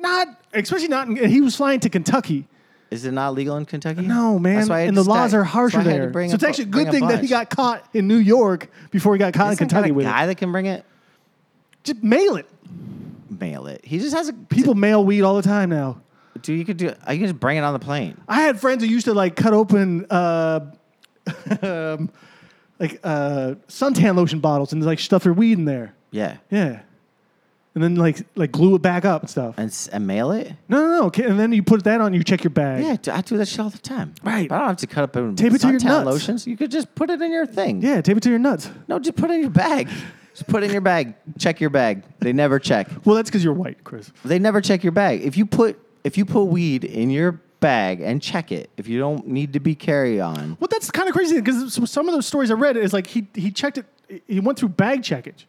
S2: not especially not. In, and he was flying to Kentucky.
S1: Is it not legal in Kentucky?
S2: No man,
S1: That's why I had
S2: and
S1: to
S2: the laws
S1: stack-
S2: are
S1: that's why
S2: harsher
S1: I had to
S2: there. So
S1: bring a
S2: it's
S1: bu-
S2: actually a
S1: bring
S2: good thing that he
S1: bunch.
S2: got caught in New York before he got caught in
S1: Isn't
S2: Kentucky
S1: there
S2: with
S1: a
S2: it.
S1: guy that can bring it.
S2: Just mail it.
S1: Mail it. He just has a
S2: People mail weed all the time now.
S1: Dude, you could do. I can just bring it on the plane.
S2: I had friends who used to like cut open uh, [LAUGHS] um, like uh, suntan lotion bottles and like stuff their weed in there.
S1: Yeah,
S2: Yeah. And then like like glue it back up and stuff.
S1: and s- and mail it.
S2: no, no, no. Okay, and then you put that on. You check your bag.
S1: Yeah, d- I do that shit all the time.
S2: Right.
S1: But I don't have to cut up and
S2: Tape it to your
S1: suntan
S2: nuts.
S1: lotions. You could just put it in your thing.
S2: Yeah, Tape it to your nuts.
S1: No, just put it in your bag. just put it in your bag. Check your bag. They never check.
S2: Well, that's because you're white, Chris.
S1: They never check your bag. If you put if you put weed in your bag and check it, if you don't need to be carry on.
S2: Well, that's kind of crazy because some of those stories I read is like he he checked it. He went through bag checkage.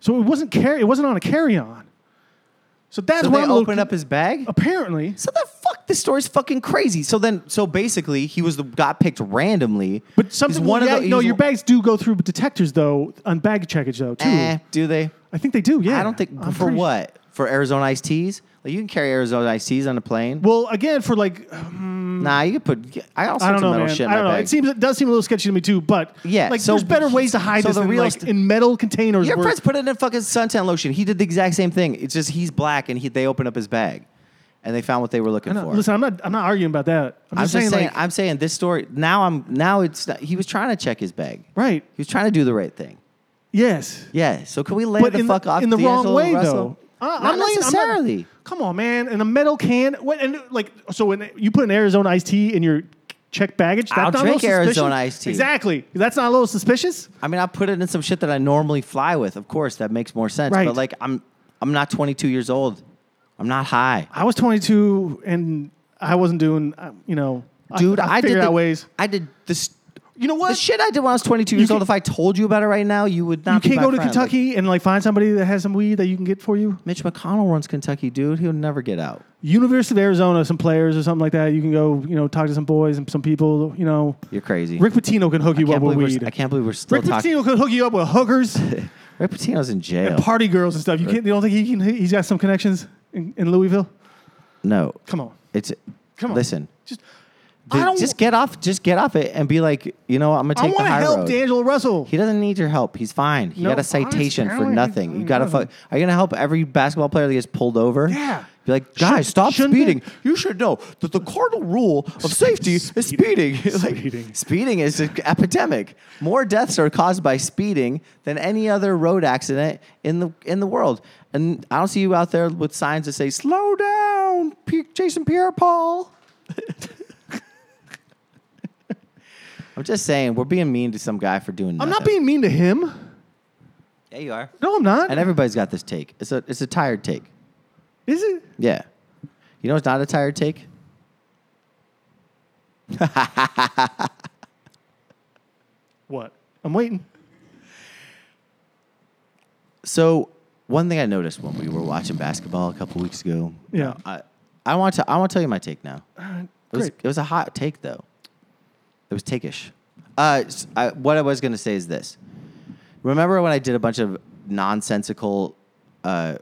S2: So it wasn't carry. It wasn't on a carry on. So that's
S1: So
S2: why
S1: they
S2: I'm
S1: opened
S2: looking-
S1: up his bag.
S2: Apparently,
S1: So the fuck, this story's fucking crazy. So then, so basically, he was the got picked randomly.
S2: but
S1: He's
S2: some people, yeah,
S1: the-
S2: no,
S1: he's
S2: your
S1: one-
S2: bags do go through detectors though on bag checkage though too.
S1: Eh, do they?
S2: I think they do. Yeah,
S1: I don't think
S2: I'm
S1: for
S2: pretty-
S1: what for Arizona iced teas. Like you can carry Arizona iced teas on a plane.
S2: Well, again, for like, um,
S1: Nah, you could put. I all sorts
S2: I don't know,
S1: of metal
S2: man.
S1: shit. In
S2: I don't
S1: my
S2: know.
S1: bag.
S2: It seems it does seem a little sketchy to me too. But
S1: Yeah,
S2: like
S1: so-
S2: there's better ways to hide
S1: so
S2: this
S1: the
S2: than
S1: real
S2: like
S1: st-
S2: in metal containers.
S1: Your
S2: where-
S1: friend's put it in fucking suntan lotion. He did the exact same thing. It's just he's black and he they opened up his bag, and they found what they were looking
S2: I know.
S1: for.
S2: Listen, I'm not. I'm not arguing about that. I'm,
S1: I'm
S2: just saying, like,
S1: I'm saying this story now. I'm now it's not, he was trying to check his bag.
S2: right?
S1: He was trying to do the right thing.
S2: Yes.
S1: Yeah. So can we lay
S2: but
S1: the
S2: in
S1: fuck
S2: the,
S1: off
S2: in the wrong
S1: D'Angelo
S2: way
S1: Russell?
S2: though. I-
S1: Not
S2: I'm like- I'm not-
S1: necessarily.
S2: come on, man! And a metal can. What? And like, so when you put an Arizona iced tea in your check baggage, that's
S1: I'll
S2: not
S1: drink
S2: a little suspicious?
S1: Arizona iced tea.
S2: Exactly. That's not a little suspicious.
S1: I mean, I put it in some shit that I normally fly with. Of course, that makes more sense.
S2: Right.
S1: But like, I'm I'm not 22 years old. I'm not high,
S2: I was 22 and I wasn't doing. uh, You know,
S1: dude. I,
S2: figured
S1: did the,
S2: out ways.
S1: I did this.
S2: You know
S1: The
S2: what?
S1: shit I did when I was 22 years
S2: You
S1: old.
S2: can't-
S1: If I told you about it right now, you would not.
S2: you
S1: be
S2: can't
S1: my
S2: go to
S1: friend. Like,
S2: Kentucky and like find somebody that has some weed that you can get for you.
S1: Mitch McConnell runs Kentucky, dude. He'll never get out.
S2: University of Arizona, some players or something like that. You can go, you know, talk to some boys and some people. You know,
S1: You're crazy.
S2: Rick Pitino can hook you up
S1: can't
S2: with
S1: believe
S2: weed.
S1: we're, I can't believe we're still
S2: Rick
S1: talking.
S2: Pitino can hook you up with
S1: [LAUGHS]
S2: hookers,
S1: Rick Pitino's in jail.
S2: party girls and stuff. You can't. You don't think he can? He's got some connections in, in Louisville.
S1: no,
S2: Come on,
S1: it's
S2: come on.
S1: listen.
S2: just
S1: Dude,
S2: I don't.
S1: just get off. Just get off it and be like, you know, what, I'm gonna
S2: I
S1: take the
S2: want to
S1: high
S2: help
S1: road.
S2: D'Angelo Russell.
S1: He doesn't need your help. He's fine. He
S2: No,
S1: got a
S2: honest,
S1: citation for
S2: apparently,
S1: nothing. You got to
S2: yeah.
S1: fuck. Are you gonna help every basketball player that gets pulled over?
S2: Yeah.
S1: Be like, guys, stop
S2: shouldn't
S1: speeding.
S2: they-
S1: You should know that the cardinal rule of safety is speeding. [LAUGHS] Like,
S2: Speeding.
S1: speeding is an epidemic. More deaths are caused by speeding than any other road accident in the in the world. And I don't see you out there with signs that say "Slow down, P- Jason Pierre-Paul." I'm just saying, we're being mean to some guy for doing.
S2: I'm not
S1: nothing.
S2: being mean to him.
S1: Yeah, you are.
S2: No, I'm not.
S1: And everybody's got this take. It's a it's a tired take.
S2: Is it?
S1: Yeah. You know it's not a tired take?
S2: What? I'm waiting.
S1: So one thing I noticed when we were watching basketball a couple weeks ago.
S2: Yeah.
S1: I I want to I want to tell you my take now. It was,
S2: Uh, Great.
S1: it was a hot take though. It was takish. Uh, s- I- what I was gonna say is this. Remember when I did a bunch of nonsensical uh,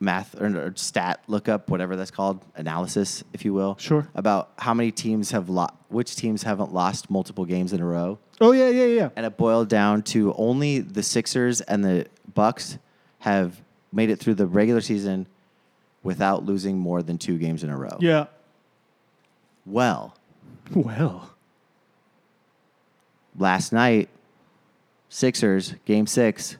S1: math or, or stat lookup, whatever that's called, analysis, if you will.
S2: Sure.
S1: About how many teams have lost, which teams haven't lost multiple games in a row,
S2: Oh yeah, yeah, yeah.
S1: and it boiled down to only the Sixers and the Bucks have made it through the regular season without losing more than two games in a row.
S2: Yeah.
S1: Well,
S2: Well.
S1: last night, Sixers, game six,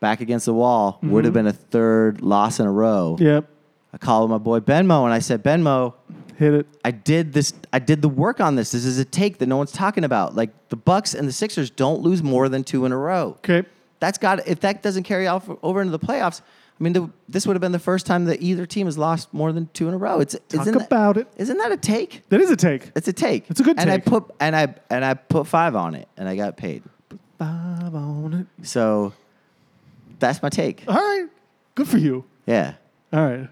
S1: back against the wall, would have been a third loss in a row.
S2: Yep.
S1: I called my boy Benmo and I said, Benmo,
S2: Hit it.
S1: I did this I did the work on this. This is a take that no one's talking about. Like the Bucks and the Sixers don't lose more than two in a row.
S2: Okay.
S1: That's got if that doesn't carry off over into the playoffs, I mean the, this would have been the first time that either team has lost more than two in a row. It's
S2: Talk
S1: isn't
S2: about
S1: that,
S2: it.
S1: Isn't that a take?
S2: That is a take.
S1: It's a take.
S2: It's a good
S1: and
S2: take.
S1: I put and I and I put five on it, and I got paid.
S2: Five on it.
S1: So that's my
S2: [LAUGHS]
S1: take.
S2: All right. Good for you.
S1: Yeah,
S2: All right.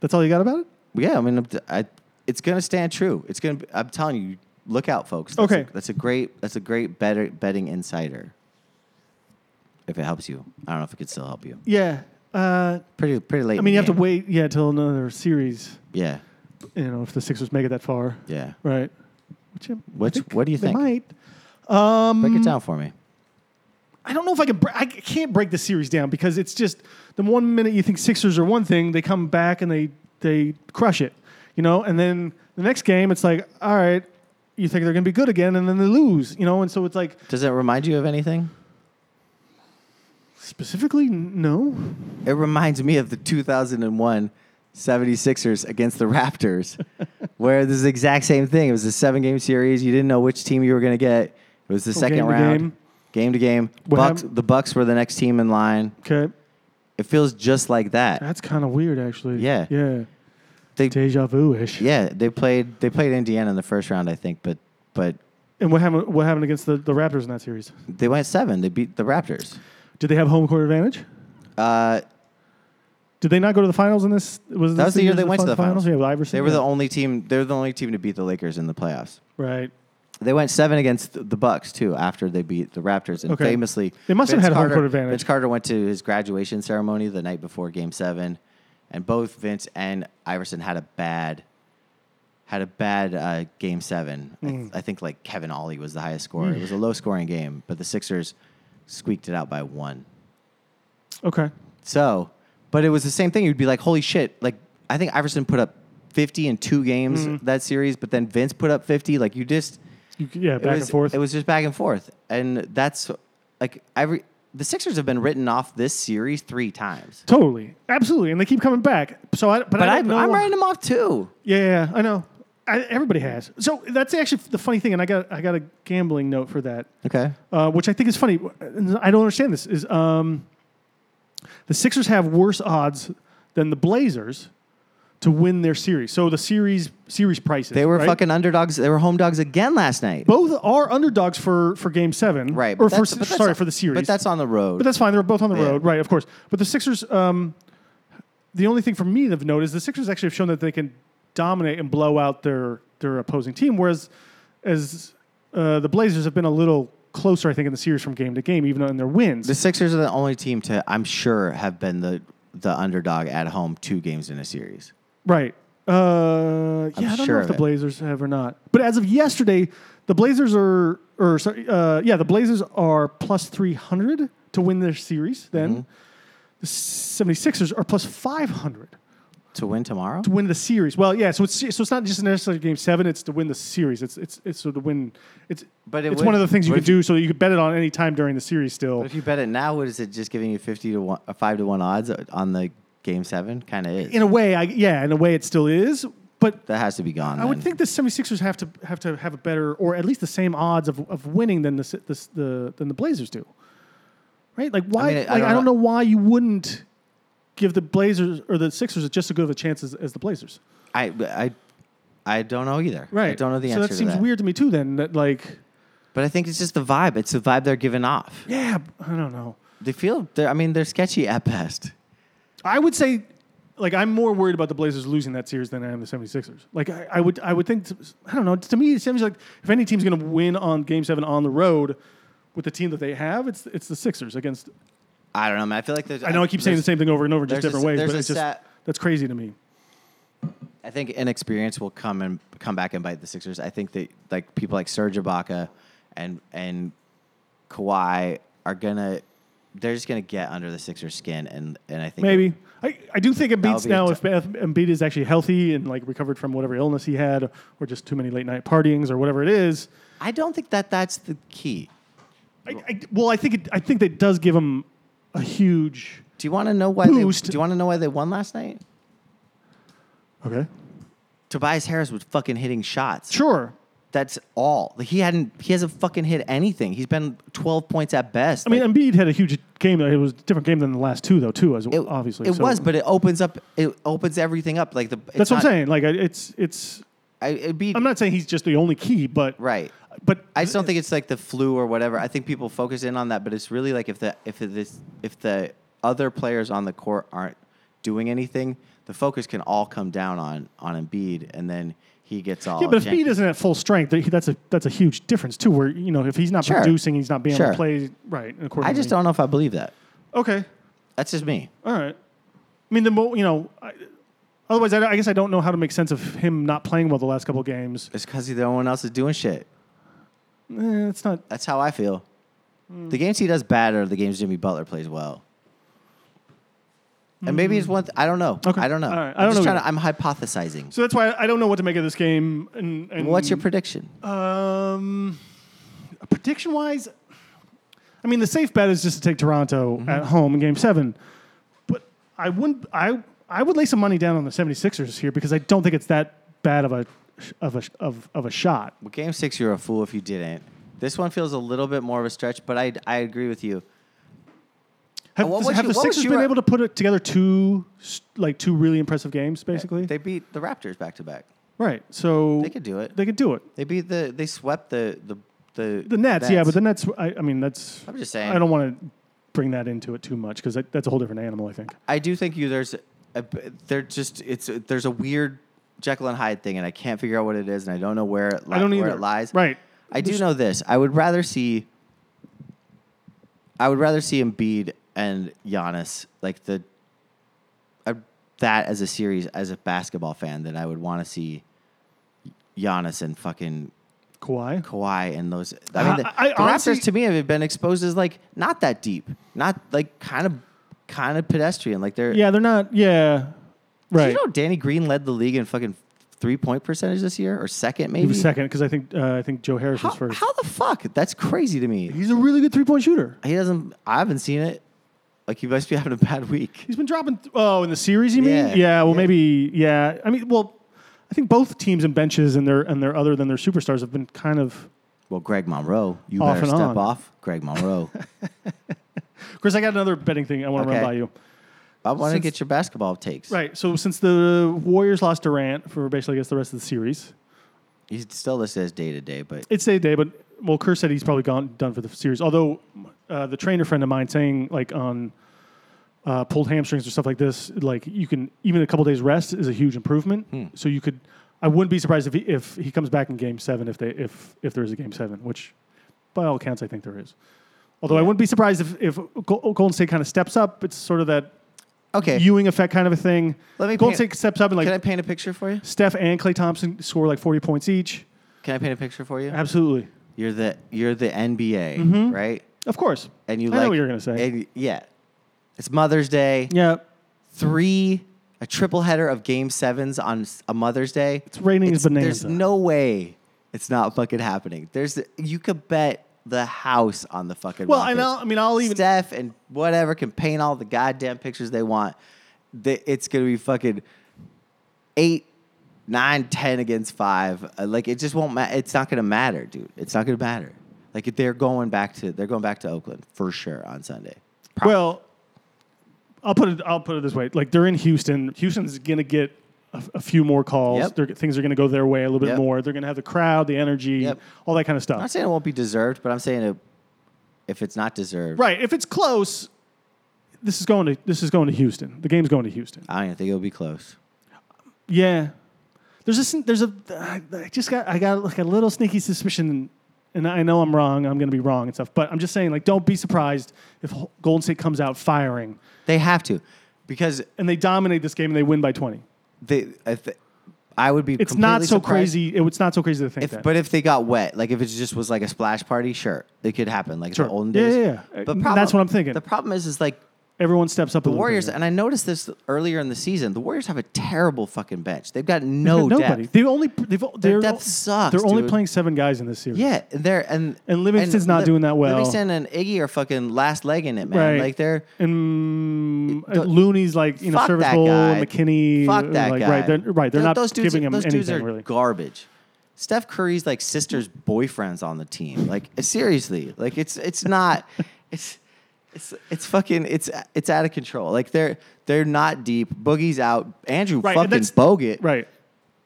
S2: That's all you got about it?
S1: yeah. I mean, I'm- I, it's gonna stand true. It's gonna. Be, I'm telling you, look out, folks. That's
S2: Okay.
S1: a, that's a great. That's a great better betting insider. If it helps you, I don't know if it could still help you.
S2: Yeah. Uh,
S1: Pretty pretty late.
S2: I mean, you
S1: in
S2: have
S1: the
S2: to
S1: game.
S2: wait, yeah, till another series,
S1: Yeah,
S2: you know, if the Sixers make it that far.
S1: yeah.
S2: Right. Which, I
S1: Which-
S2: think
S1: what do you
S2: they
S1: think?
S2: might.
S1: Break it down for me.
S2: I don't know if I can. Bre- I can't break the series down because it's just the one minute you think Sixers are one thing, they come back and they they crush it, you know. And then the next game, it's like, all right, you think they're going to be good again, and then they lose, you know. And so it's like
S1: Does it remind you of anything?
S2: specifically, n- no.
S1: It reminds me of the 2001 76ers against the [LAUGHS] Raptors, where this is the exact same thing. It was a seven game series. You didn't know which team you were going to get. It was the second
S2: game to
S1: round.
S2: game.
S1: game to game.
S2: What
S1: Bucks,
S2: hap-
S1: the Bucks were the next team in line.
S2: Okay,
S1: It feels just like that.
S2: that's kind of weird, actually.
S1: Yeah.
S2: yeah,
S1: They,
S2: deja vu ish.
S1: yeah, they played they played Indiana in the first round, I think, but but
S2: And what happened? What happened against the, the Raptors in that series?
S1: they went seven. They beat the Raptors.
S2: Did they have home court advantage?
S1: Uh,
S2: Did they not go to the finals in this? Was
S1: that was the year they went to the finals.
S2: Yeah, with Iverson.
S1: They were
S2: yeah.
S1: the only team. They were the only team to beat the Lakers in the playoffs.
S2: right.
S1: They went seven against th- the Bucks too after they beat the Raptors, and
S2: Okay.
S1: famously,
S2: They must have
S1: Vince
S2: had home
S1: Carter-
S2: court advantage.
S1: Vince Carter went to his graduation ceremony the night before Game Seven, and both Vince and Iverson had a bad had a bad uh, game seven. I,
S2: Mm.
S1: th- I think like Kevin Ollie was the highest scorer. It was a low scoring game, but the Sixers squeaked it out by one.
S2: Okay.
S1: So, but it was the same thing. You'd be like, holy shit. Like, I think Iverson put up 50 in two games
S2: Mm-hmm.
S1: that series, but then Vince put up 50. Like, you just,
S2: You, c- yeah,
S1: it
S2: back
S1: was,
S2: and forth.
S1: It was just back and forth. And that's like every, the Sixers have been written off this series three times.
S2: totally, absolutely, and they keep coming back. So I, but,
S1: But
S2: I
S1: I,
S2: don't know.
S1: I'm writing them off too.
S2: Yeah, yeah, yeah, I know. I, everybody has. So that's actually the funny thing, and I got I got a gambling note for that.
S1: Okay.
S2: uh, which I think is funny. and I don't understand this. Is um, the Sixers have worse odds than the Blazers to win their series? So the series series prices
S1: They were
S2: right?
S1: fucking underdogs. They were home dogs again last night.
S2: both are underdogs for for Game Seven,
S1: right.
S2: Or
S1: but
S2: for
S1: that's- but that's
S2: sorry
S1: on-
S2: for the series,
S1: But that's on the road.
S2: But that's fine. They're both on the
S1: Yeah.
S2: road, right? Of course. But the Sixers. Um, the only thing for me to note is the Sixers actually have shown that they can dominate and blow out their their opposing team, whereas as uh, the Blazers have been a little closer, I think, in the series from game to game, even in their wins.
S1: the Sixers are the only team to, I'm sure, have been the, the underdog at home two games in a series.
S2: Right. Uh, yeah, I don't
S1: sure
S2: know if
S1: of
S2: the
S1: it.
S2: Blazers have or not. But as of yesterday, the Blazers are, or sorry, uh, yeah, the Blazers are plus 300 to win their series then.
S1: Mm-hmm.
S2: The 76ers are plus 500
S1: To win tomorrow?
S2: to win the series. Well, yeah, so it's so it's not just necessarily game 7, it's to win the series. It's it's it's so to win it's
S1: But it
S2: it's
S1: would-
S2: one of the things you
S1: but
S2: could
S1: if you-
S2: do so you could bet it on any time during the series still.
S1: But if you bet it now, what is it just giving you fifty to one, uh, five to one odds on the game seven? Kind of is.
S2: In a way, I yeah, in a way it still is, but
S1: that has to be gone.
S2: I would
S1: then.
S2: think the 76ers have to have to have a better or at least the same odds of, of winning than the, Si- the the than the Blazers do. Right? Like why
S1: mean, I- I
S2: like, I,
S1: don't
S2: don't know
S1: know-
S2: why you wouldn't give the Blazers or the Sixers just as good of a chance as, as the Blazers.
S1: I, I, I don't know either. I don't know the
S2: so
S1: answer
S2: that seems
S1: to that.
S2: weird to me too then that like
S1: But I think it's just the vibe. It's the vibe they're giving off.
S2: yeah, I don't know.
S1: They feel. They're, I mean, they're sketchy at best.
S2: I would say like I'm more worried about the Blazers losing that series than I am the 76ers. Like I, I would I would think I don't know. To me it seems like if any team's going to win on game 7 on the road with the team that they have, it's it's the Sixers against
S1: I don't know, man. I feel like there's.
S2: I know I keep saying the
S1: there's-
S2: same thing over and over, just
S1: there's a
S2: different
S1: s-
S2: ways,
S1: there's
S2: but
S1: a
S2: it's just
S1: set-
S2: that's crazy to me.
S1: I think inexperience will come and come back and bite the Sixers. I think that like people like Serge Ibaka and and Kawhi are gonna. They're just gonna get under the Sixers' skin, and and I think
S2: Maybe I, I do think it beats
S1: be
S2: now
S1: a
S2: if, if Embiid is actually healthy and like recovered from whatever illness he had, or just too many late night partyings or whatever it is.
S1: I don't think that that's the key.
S2: I, I, well, I think it, I think that does give him a huge
S1: Do you want to know why? They, do
S2: Boost.
S1: you want to know why they won last night?
S2: okay.
S1: Tobias Harris was fucking hitting shots.
S2: Sure,
S1: That's all. Like, he hadn't. He hasn't fucking hit anything. He's been twelve points at best.
S2: I mean Embiid had a huge game. It was a different game than the last two though too, as
S1: it,
S2: obviously
S1: it
S2: so-
S1: was, but it opens up. It opens everything up. Like the. it's
S2: that's what
S1: not-
S2: I'm saying. Like I- it's it's.
S1: I, it'd be
S2: I'm not saying he's just the only key, but
S1: right.
S2: But
S1: I just don't think it's like the flu or whatever. I think people focus in on that, but it's really like if the if this if the other players on the court aren't doing anything, the focus can all come down on on Embiid, and then he gets all.
S2: Yeah, but if
S1: janky.
S2: Embiid isn't at full strength, that- that's a that's a huge difference too. Where you know if he's not
S1: Sure.
S2: producing, he's not being able
S1: Sure.
S2: to play right. and Accordingly.
S1: I just don't know if I believe that.
S2: Okay,
S1: That's just me.
S2: all right. I mean, the mo- you know, I, otherwise, I, I guess I don't know how to make sense of him not playing well the last couple games.
S1: It's because no one else is doing shit.
S2: Eh, it's not.
S1: That's how I feel. The games he does bad are the games Jimmy Butler plays well. And maybe it's one. Th- I don't know.
S2: Okay.
S1: I don't know.
S2: All right. I
S1: I'm
S2: don't
S1: just
S2: know
S1: trying to, I'm hypothesizing.
S2: So that's why I don't know what to make of this game. And, and
S1: What's your prediction?
S2: um, prediction wise? I mean, the safe bet is just to take Toronto
S1: Mm-hmm.
S2: at home in Game Seven, but I wouldn't. I I would lay some money down on the 76ers here because I don't think it's that bad of a of a of, of a shot.
S1: Well, game six, you're a fool if you didn't. This one feels a little bit more of a stretch, but I I agree with you.
S2: Have,
S1: What was
S2: have
S1: your-
S2: the
S1: what was
S2: Sixers
S1: your-
S2: been able to put it together two s- like two really impressive games basically?
S1: They beat the Raptors back to back.
S2: right. So
S1: They could do it.
S2: They could do it.
S1: They beat the they swept the the the,
S2: The Nets, yeah, but the Nets. I, I mean, that's.
S1: I'm just saying.
S2: I don't want to bring that into it too much because that's a whole different animal. I think.
S1: I do think you there's a, they're just it's there's a weird Jekyll and Hyde thing, and I can't figure out what it is, and I don't know where it li-
S2: I don't
S1: where
S2: either.
S1: it lies.
S2: Right.
S1: I do know this. I would rather see. I would rather see Embiid and Giannis like the. uh, I, that as a series as a basketball fan than I would want to see Giannis and fucking
S2: Kawhi.
S1: Kawhi and those. I mean, the,
S2: I- I
S1: the
S2: honestly-
S1: Raptors to me have been exposed as like not that deep, not like kind of kind of pedestrian. Like they're
S2: Yeah, they're not. Yeah,
S1: Did
S2: right.
S1: you know Danny Green led the league in fucking three point percentage this year or second maybe?
S2: He was second because I think uh, I think Joe Harris
S1: How,
S2: was first.
S1: how the fuck? That's crazy to me.
S2: He's a really good three point shooter.
S1: He doesn't. I haven't seen it. Like he must be having a bad week.
S2: He's been dropping. Th- oh, in the series, you mean?
S1: Yeah.
S2: Yeah. well,
S1: Yeah.
S2: maybe. Yeah. I mean, well, I think both teams and benches and their and their other than their superstars have been kind of.
S1: Well, Greg Monroe, you
S2: Off
S1: better
S2: and
S1: step
S2: on.
S1: off. Greg
S2: [LAUGHS]
S1: Monroe.
S2: Chris, I got another betting thing I want to
S1: Okay.
S2: run by you.
S1: I want to
S2: Since-
S1: get your basketball takes.
S2: Right. So since the Warriors lost Durant for basically I guess the rest of the series,
S1: He's still listed as day to day, but
S2: it's a day. But well, Kerr said he's probably gone done for the series. Although uh, the trainer friend of mine saying like on uh, pulled hamstrings or stuff like this, like you can even a couple days rest is a huge improvement.
S1: Hmm.
S2: So you could. I wouldn't be surprised if he, if he comes back in Game Seven if they if if there is a Game Seven, which by all accounts I think there is. Although I wouldn't be surprised if if Gol- Golden State kind of steps up. It's sort of that
S1: okay.
S2: Ewing effect kind of a thing.
S1: Let me
S2: Golden
S1: paint-
S2: State steps up and like
S1: Can I paint a picture for you?
S2: Steph and Clay Thompson score like forty points each.
S1: Can I paint a picture for you?
S2: Absolutely,
S1: You're the you're the NBA, right?
S2: of course.
S1: And you
S2: Mm-hmm. I know
S1: like
S2: what you were gonna say.
S1: and- yeah. It's Mother's Day.
S2: Yeah,
S1: Three a triple header of game sevens on s- a Mother's Day.
S2: it's raining is
S1: There's
S2: bananas.
S1: no way it's not fucking happening. There's you could bet the house on the fucking
S2: well, I
S1: Rockets.
S2: know. I mean, I'll even
S1: Steph and whatever can paint all the goddamn pictures they want. Th- It's gonna be fucking eight, nine, ten against five. Uh, Like it just won't matter. It's not gonna matter, dude. It's not gonna matter. Like they're going back to they're going back to Oakland for sure on Sunday. Pro-
S2: well. I'll put it. I'll put it this way: like they're in Houston. Houston's gonna get a, a few more calls.
S1: Yep.
S2: They're, things are gonna go their way a little bit
S1: Yep.
S2: more. They're gonna have the crowd, the energy,
S1: Yep.
S2: all that kind of
S1: I'm not
S2: stuff.
S1: saying it won't be deserved, but I'm saying it, if it's not deserved,
S2: Right? If it's close, this is going to this is going to Houston. The game's going to Houston.
S1: I don't even think it'll be close.
S2: Yeah. There's a sn- there's a I I just got I got like a little sneaky suspicion, and I know I'm wrong. I'm gonna be wrong and stuff. But I'm just saying like don't be surprised if Ho- Golden State comes out firing
S1: They have to, because
S2: and they dominate this game and they win by 20.
S1: they. I th- I would be.
S2: It's not
S1: completely
S2: so
S1: surprised-
S2: crazy. It, it's not so crazy to think
S1: If,
S2: that.
S1: but if they got wet, like if it just was like a splash party, sure, it could happen. Like
S2: Sure.
S1: the olden
S2: Yeah,
S1: days.
S2: yeah, yeah. Uh, that's what I'm thinking.
S1: The problem is, is like
S2: Everyone steps up.
S1: the Warriors, and I noticed this earlier in the season. The Warriors have a terrible fucking bench. They've
S2: [LAUGHS]
S1: got no
S2: nobody.
S1: depth.
S2: They only they've their
S1: depth sucks,
S2: They're only
S1: dude.
S2: playing seven guys in this series.
S1: Yeah, they're and
S2: And Livingston's not doing that well.
S1: Livingston and Iggy are fucking last leg in it, man.
S2: Right.
S1: Like they're
S2: And uh,
S1: It- the-
S2: Looney's like you know
S1: fuck
S2: service
S1: that
S2: goal,
S1: guy.
S2: McKinney. uh,
S1: Fuck that
S2: like,
S1: guy.
S2: Right, they're, right. They're
S1: Th-
S2: not
S1: those dudes
S2: giving
S1: are,
S2: him
S1: those
S2: anything
S1: dudes are
S2: really.
S1: Garbage. Steph Curry's like sister's boyfriend's on the team. Like uh, seriously, like it's it's not, [LAUGHS] it's it's it's fucking it's it's out of control. Like they're they're not deep. Boogie's out. Andrew
S2: Right, and
S1: fucking
S2: that's-
S1: Bogut.
S2: Right.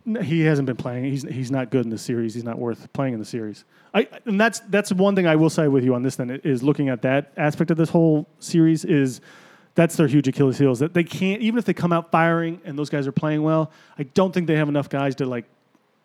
S2: No, He hasn't been playing. He's he's not good in the series. He's not worth playing in the series. I and that's that's one thing I will say with you on this. Then is looking at that aspect of this whole series is that's their huge Achilles heels that they can't even if they come out firing and those guys are playing well. I don't think they have enough guys to like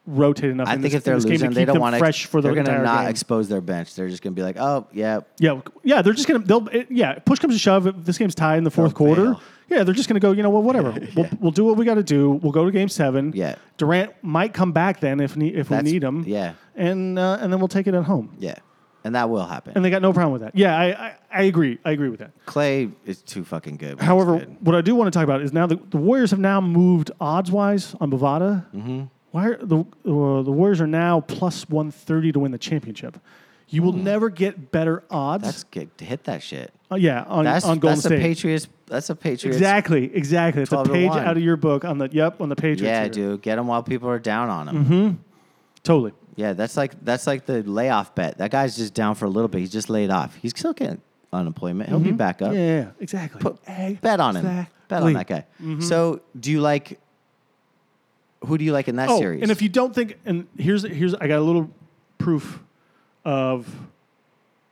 S2: rotate enough.
S1: I
S2: in
S1: think
S2: this,
S1: if they're
S2: in this game
S1: losing,
S2: to
S1: they
S2: keep
S1: don't
S2: them
S1: want to.
S2: fresh for the
S1: they're gonna
S2: entire
S1: not
S2: game.
S1: expose their bench. They're just gonna be like, oh yeah,
S2: Yeah, yeah, they're just gonna they'll it- yeah push comes to shove. If this game's tied in the fourth
S1: They'll
S2: quarter,
S1: Oh, bail.
S2: yeah, they're just gonna go. You know
S1: [LAUGHS]
S2: what? Whatever. We'll, we'll do what we got to do. We'll go to game seven.
S1: Yeah.
S2: Durant might come back then if ne- if
S1: That's-
S2: we need him.
S1: yeah.
S2: and uh, and then we'll take it at home.
S1: yeah, and that will happen.
S2: And they got no problem with that. Yeah, I, I I agree. I agree with that.
S1: Clay is too fucking good. when he's
S2: However,
S1: good.
S2: what I do want to talk about is now the, the Warriors have now moved odds wise on Bovada. Mm-hmm. Why are the uh, the Warriors are now plus one thirty to win the championship? You will never get better odds.
S1: Hmm. that's good to hit that shit.
S2: uh, yeah, on,
S1: That's
S2: on Golden
S1: that's
S2: State.
S1: a Patriots. That's a Patriots.
S2: Exactly, exactly. It's a
S1: 12 to
S2: page
S1: 1.
S2: out of your book on the yep on the Patriots.
S1: Yeah,
S2: here.
S1: dude, get them while people are down on them.
S2: Mm-hmm. Totally.
S1: Yeah, that's like that's like the layoff bet. That guy's just down for a little bit. He's just laid off. He's still getting unemployment. He'll be back up.
S2: Mm-hmm. Yeah, yeah, yeah, exactly.
S1: Put-
S2: Hey,
S1: bet on him. Bet on
S2: exactly. Mm-hmm.
S1: that guy. So, do you like? Who do you like in that
S2: Oh,
S1: series?
S2: and if you don't think, and here's here's I got a little proof of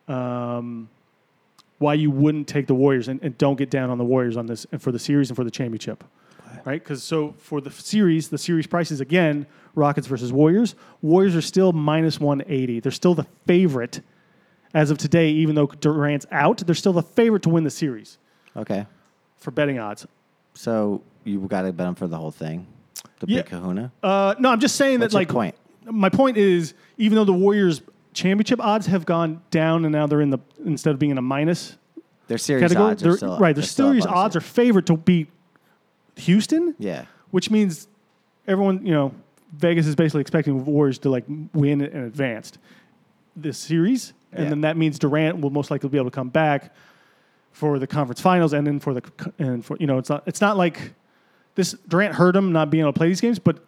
S2: um, why you wouldn't take the Warriors and, and don't get down on the Warriors on this and for the series and for the championship, right? Because so for the series, the series prices again Rockets versus Warriors. Warriors are still minus one eighty. They're still the favorite as of today, even though Durant's out. They're still the favorite to win the series
S1: okay,
S2: for betting odds.
S1: so you got to bet him for the whole thing. The big Kahuna.
S2: Uh, no, I'm just saying
S1: What's
S2: that
S1: your
S2: like
S1: point?
S2: my point is, even though the Warriors championship odds have gone down and now they're in the instead of being in a minus
S1: Their series
S2: category,
S1: odds
S2: they're-
S1: are still up-
S2: right, their
S1: they're still up
S2: series
S1: on
S2: odds are
S1: us,
S2: favored to beat Houston,
S1: yeah.
S2: which means everyone, you know, Vegas is basically expecting Warriors to like win and advanced this series, and
S1: Yeah.
S2: then that means Durant will most likely be able to come back for the conference finals, and then for the c- and for you know, it's not it's not like this Durant hurt him not being able to play these games, but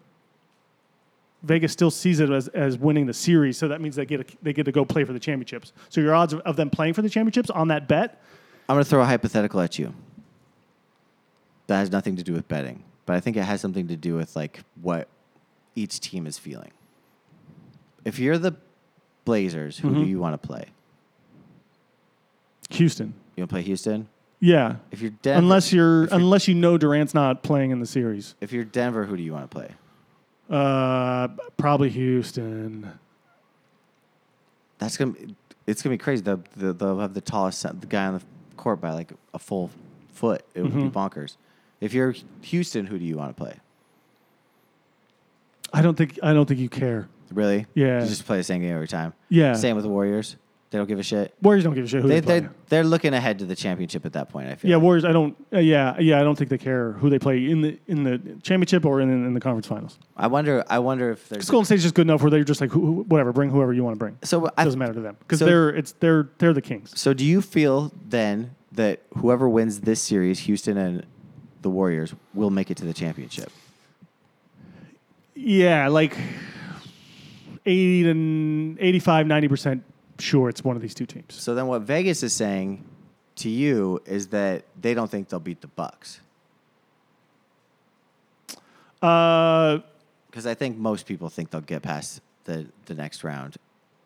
S2: Vegas still sees it as, as winning the series, so that means they get a, they get to go play for the championships. So your odds of, of them playing for the championships on that bet,
S1: I'm going to throw a hypothetical at you. That has nothing to do with betting, but I think it has something to do with like what each team is feeling. If you're the Blazers, who
S2: Mm-hmm.
S1: do you want to play?
S2: Houston,
S1: You want to play Houston?
S2: yeah,
S1: If you're Denver,
S2: unless you're unless you know Durant's not playing in the series.
S1: if you're Denver, who do you want to play?
S2: Uh, probably Houston.
S1: That's gonna be, it's gonna be crazy. The, the they'll have the tallest cen- the guy on the court by like a full foot. It would
S2: Mm-hmm.
S1: be bonkers. If you're Houston, who do you want to play?
S2: I don't think I don't think you care.
S1: Really?
S2: Yeah.
S1: You just play the same game every time.
S2: Yeah.
S1: Same with the Warriors. They don't give a shit.
S2: Warriors don't give a shit who
S1: They,
S2: they,
S1: they,
S2: play.
S1: they're looking ahead to the championship at that point, I feel.
S2: yeah,
S1: like.
S2: Warriors. I don't. Uh, yeah, yeah. I don't think they care who they play in the in the championship or in, in the conference finals.
S1: I wonder I wonder if there's
S2: Because Golden State's just good enough where they're just like, who, who- whatever, bring whoever you want to bring.
S1: so I,
S2: Doesn't matter to them because
S1: so-
S2: they're it's they're they're the kings.
S1: So do you feel then that whoever wins this series, Houston and the Warriors, will make it to the championship?
S2: Yeah, like eighty to 85, 90 percent sure it's one of these two teams.
S1: So then what Vegas is saying to you is that they don't think they'll beat the Bucks.
S2: Uh,
S1: Because I think most people think they'll get past the, the next round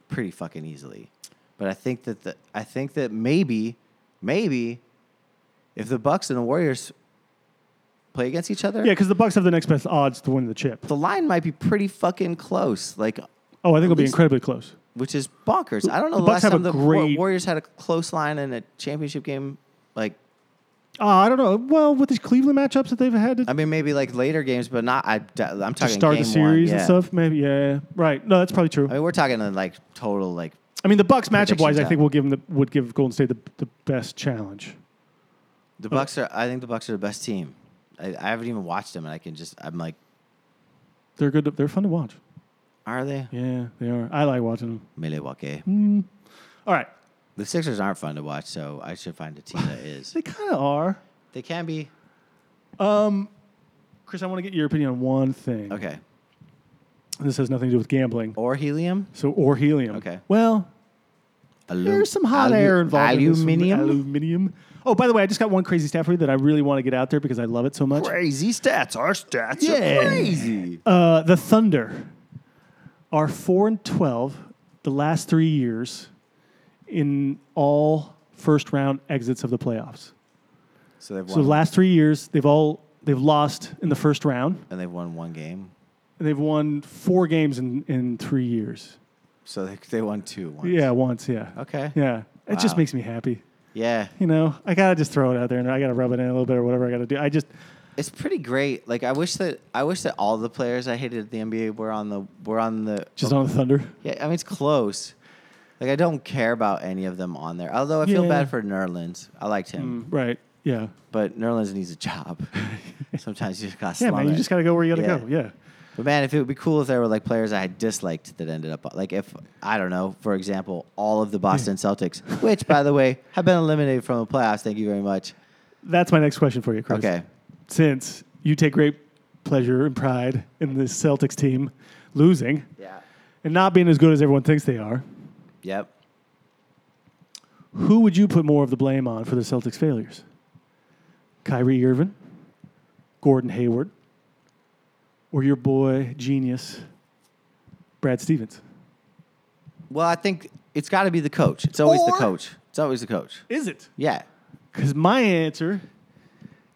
S1: pretty fucking easily. But I think that the I think that maybe, maybe if the Bucks and the Warriors play against each other,
S2: yeah, because the Bucks have the next best odds to win the chip.
S1: the line might be pretty fucking close. Like
S2: Oh, I think it'll be
S1: least-
S2: incredibly close.
S1: which is bonkers. I don't know
S2: The
S1: the,
S2: Bucks
S1: last
S2: have
S1: time
S2: a
S1: the Wa-
S2: great-
S1: Warriors had a close line in a championship game. Like
S2: Uh, I don't know. Well, with these Cleveland matchups that they've had to,
S1: I mean, maybe like later games, but not. I, I'm
S2: to
S1: talking
S2: start the
S1: game one,
S2: series
S1: yeah.
S2: and stuff, maybe. Yeah, right. No, that's probably true.
S1: I mean, we're talking uh, like total like
S2: I mean, the Bucks matchup wise,
S1: Predictions
S2: I think
S1: out.
S2: will give them the, would give Golden State the, the best challenge. Uh,
S1: The Bucks are. I think the Bucks are the best team. I, I haven't even watched them, and I can just. I'm like,
S2: They're good. To, they're fun to watch.
S1: are they
S2: Yeah, Mm. they are. I like watching them.
S1: Milwaukee?
S2: All right,
S1: The Sixers aren't fun to watch, so I should find a team that is.
S2: [LAUGHS] they kind of are. Um,
S1: They can be
S2: Chris, I want to get your opinion on one thing.
S1: okay.
S2: This has nothing to do with gambling.
S1: Or helium,
S2: So or helium.
S1: Okay.
S2: Well,
S1: Alu-
S2: there's some hot
S1: alu-
S2: air involved. in this one.
S1: Aluminium,
S2: Aluminium. Oh, by the way, I just got one crazy stat for you that I really want to get out there because I love it so much.
S1: crazy stats. Our stats
S2: Yeah.
S1: are crazy.
S2: Uh, the Thunder are four and twelve the last three years in all first round exits of the playoffs.
S1: So they've won,
S2: So the last three years, they've all they've lost in the first round.
S1: and they've won one game.
S2: And they've won four games in, in three years.
S1: So they, they won two. Once.
S2: Yeah, once. Yeah.
S1: Okay.
S2: Yeah. It just
S1: Wow.
S2: makes me happy.
S1: Yeah.
S2: You know, I gotta just throw it out there, and I gotta rub it in a little bit or whatever I gotta do. I just
S1: It's pretty great. Like I wish that I wish that all the players I hated at the NBA were on the were on the
S2: just on the Thunder.
S1: Yeah, I mean it's close. Like I don't care about any of them on there. Although I feel
S2: Yeah. Mm.
S1: bad for Nerlens. I liked him,
S2: Right. Yeah.
S1: but Nerlens needs a
S2: [LAUGHS]
S1: job. Sometimes you just got
S2: Yeah, man. You just gotta go where you gotta
S1: Yeah.
S2: go. Yeah.
S1: But man, if it would be cool if there were like players I had disliked that ended up like if I don't know, for example, all of the Boston Celtics, which by the way have been eliminated from the playoffs. Thank you very much.
S2: That's my next question for you, Chris.
S1: Okay.
S2: Since you take great pleasure and pride in this Celtics team losing
S1: Yeah.
S2: and not being as good as everyone thinks they are,
S1: Yep.
S2: Who would you put more of the blame on for the Celtics' failures? Kyrie Irvin, Gordon Hayward, or your boy genius, Brad Stevens?
S1: Well, I think it's got to be the coach. It's always the
S2: Or-
S1: coach. It's always the coach.
S2: Is it?
S1: Yeah.
S2: Because my answer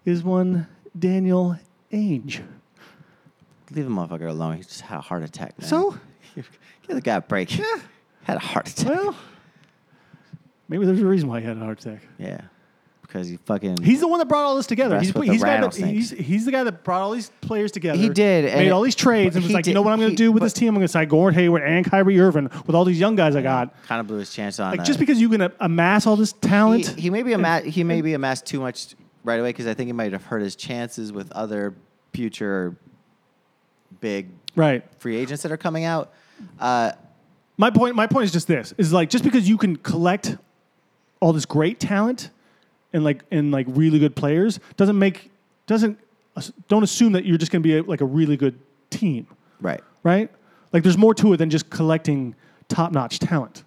S2: is one Daniel Ainge.
S1: Leave the motherfucker alone. He just had a heart attack. Man.
S2: [LAUGHS] So?
S1: give the guy a break. [LAUGHS] Had a heart attack.
S2: Well, maybe there's a reason why he had a heart attack.
S1: yeah. because he fucking
S2: He's the one that brought all this together.
S1: Mess
S2: He's,
S1: with
S2: he's,
S1: the
S2: the guy that,
S1: rattlesnakes.
S2: he's, he's the guy that brought all these players together.
S1: He did, and
S2: Made
S1: it-
S2: all these trades and
S1: but
S2: was
S1: he
S2: like, you
S1: did-
S2: know what I'm going
S1: he-
S2: to do with
S1: but-
S2: this team? I'm going to sign Gordon Hayward and Kyrie Irving with all these young guys I got.
S1: kind of blew his chance on
S2: Like,
S1: that.
S2: just because you can uh, amass all this
S1: he,
S2: talent.
S1: he maybe ama- he maybe amassed too much right away because I think it might have hurt his chances with other future big
S2: right.
S1: free agents that are coming out. Uh,
S2: My point, my point is just this: is like just because you can collect all this great talent and like and like really good players doesn't make doesn't don't assume that you're just going to be a, like a really good team,
S1: right.
S2: right? Like there's more to it than just collecting top-notch talent.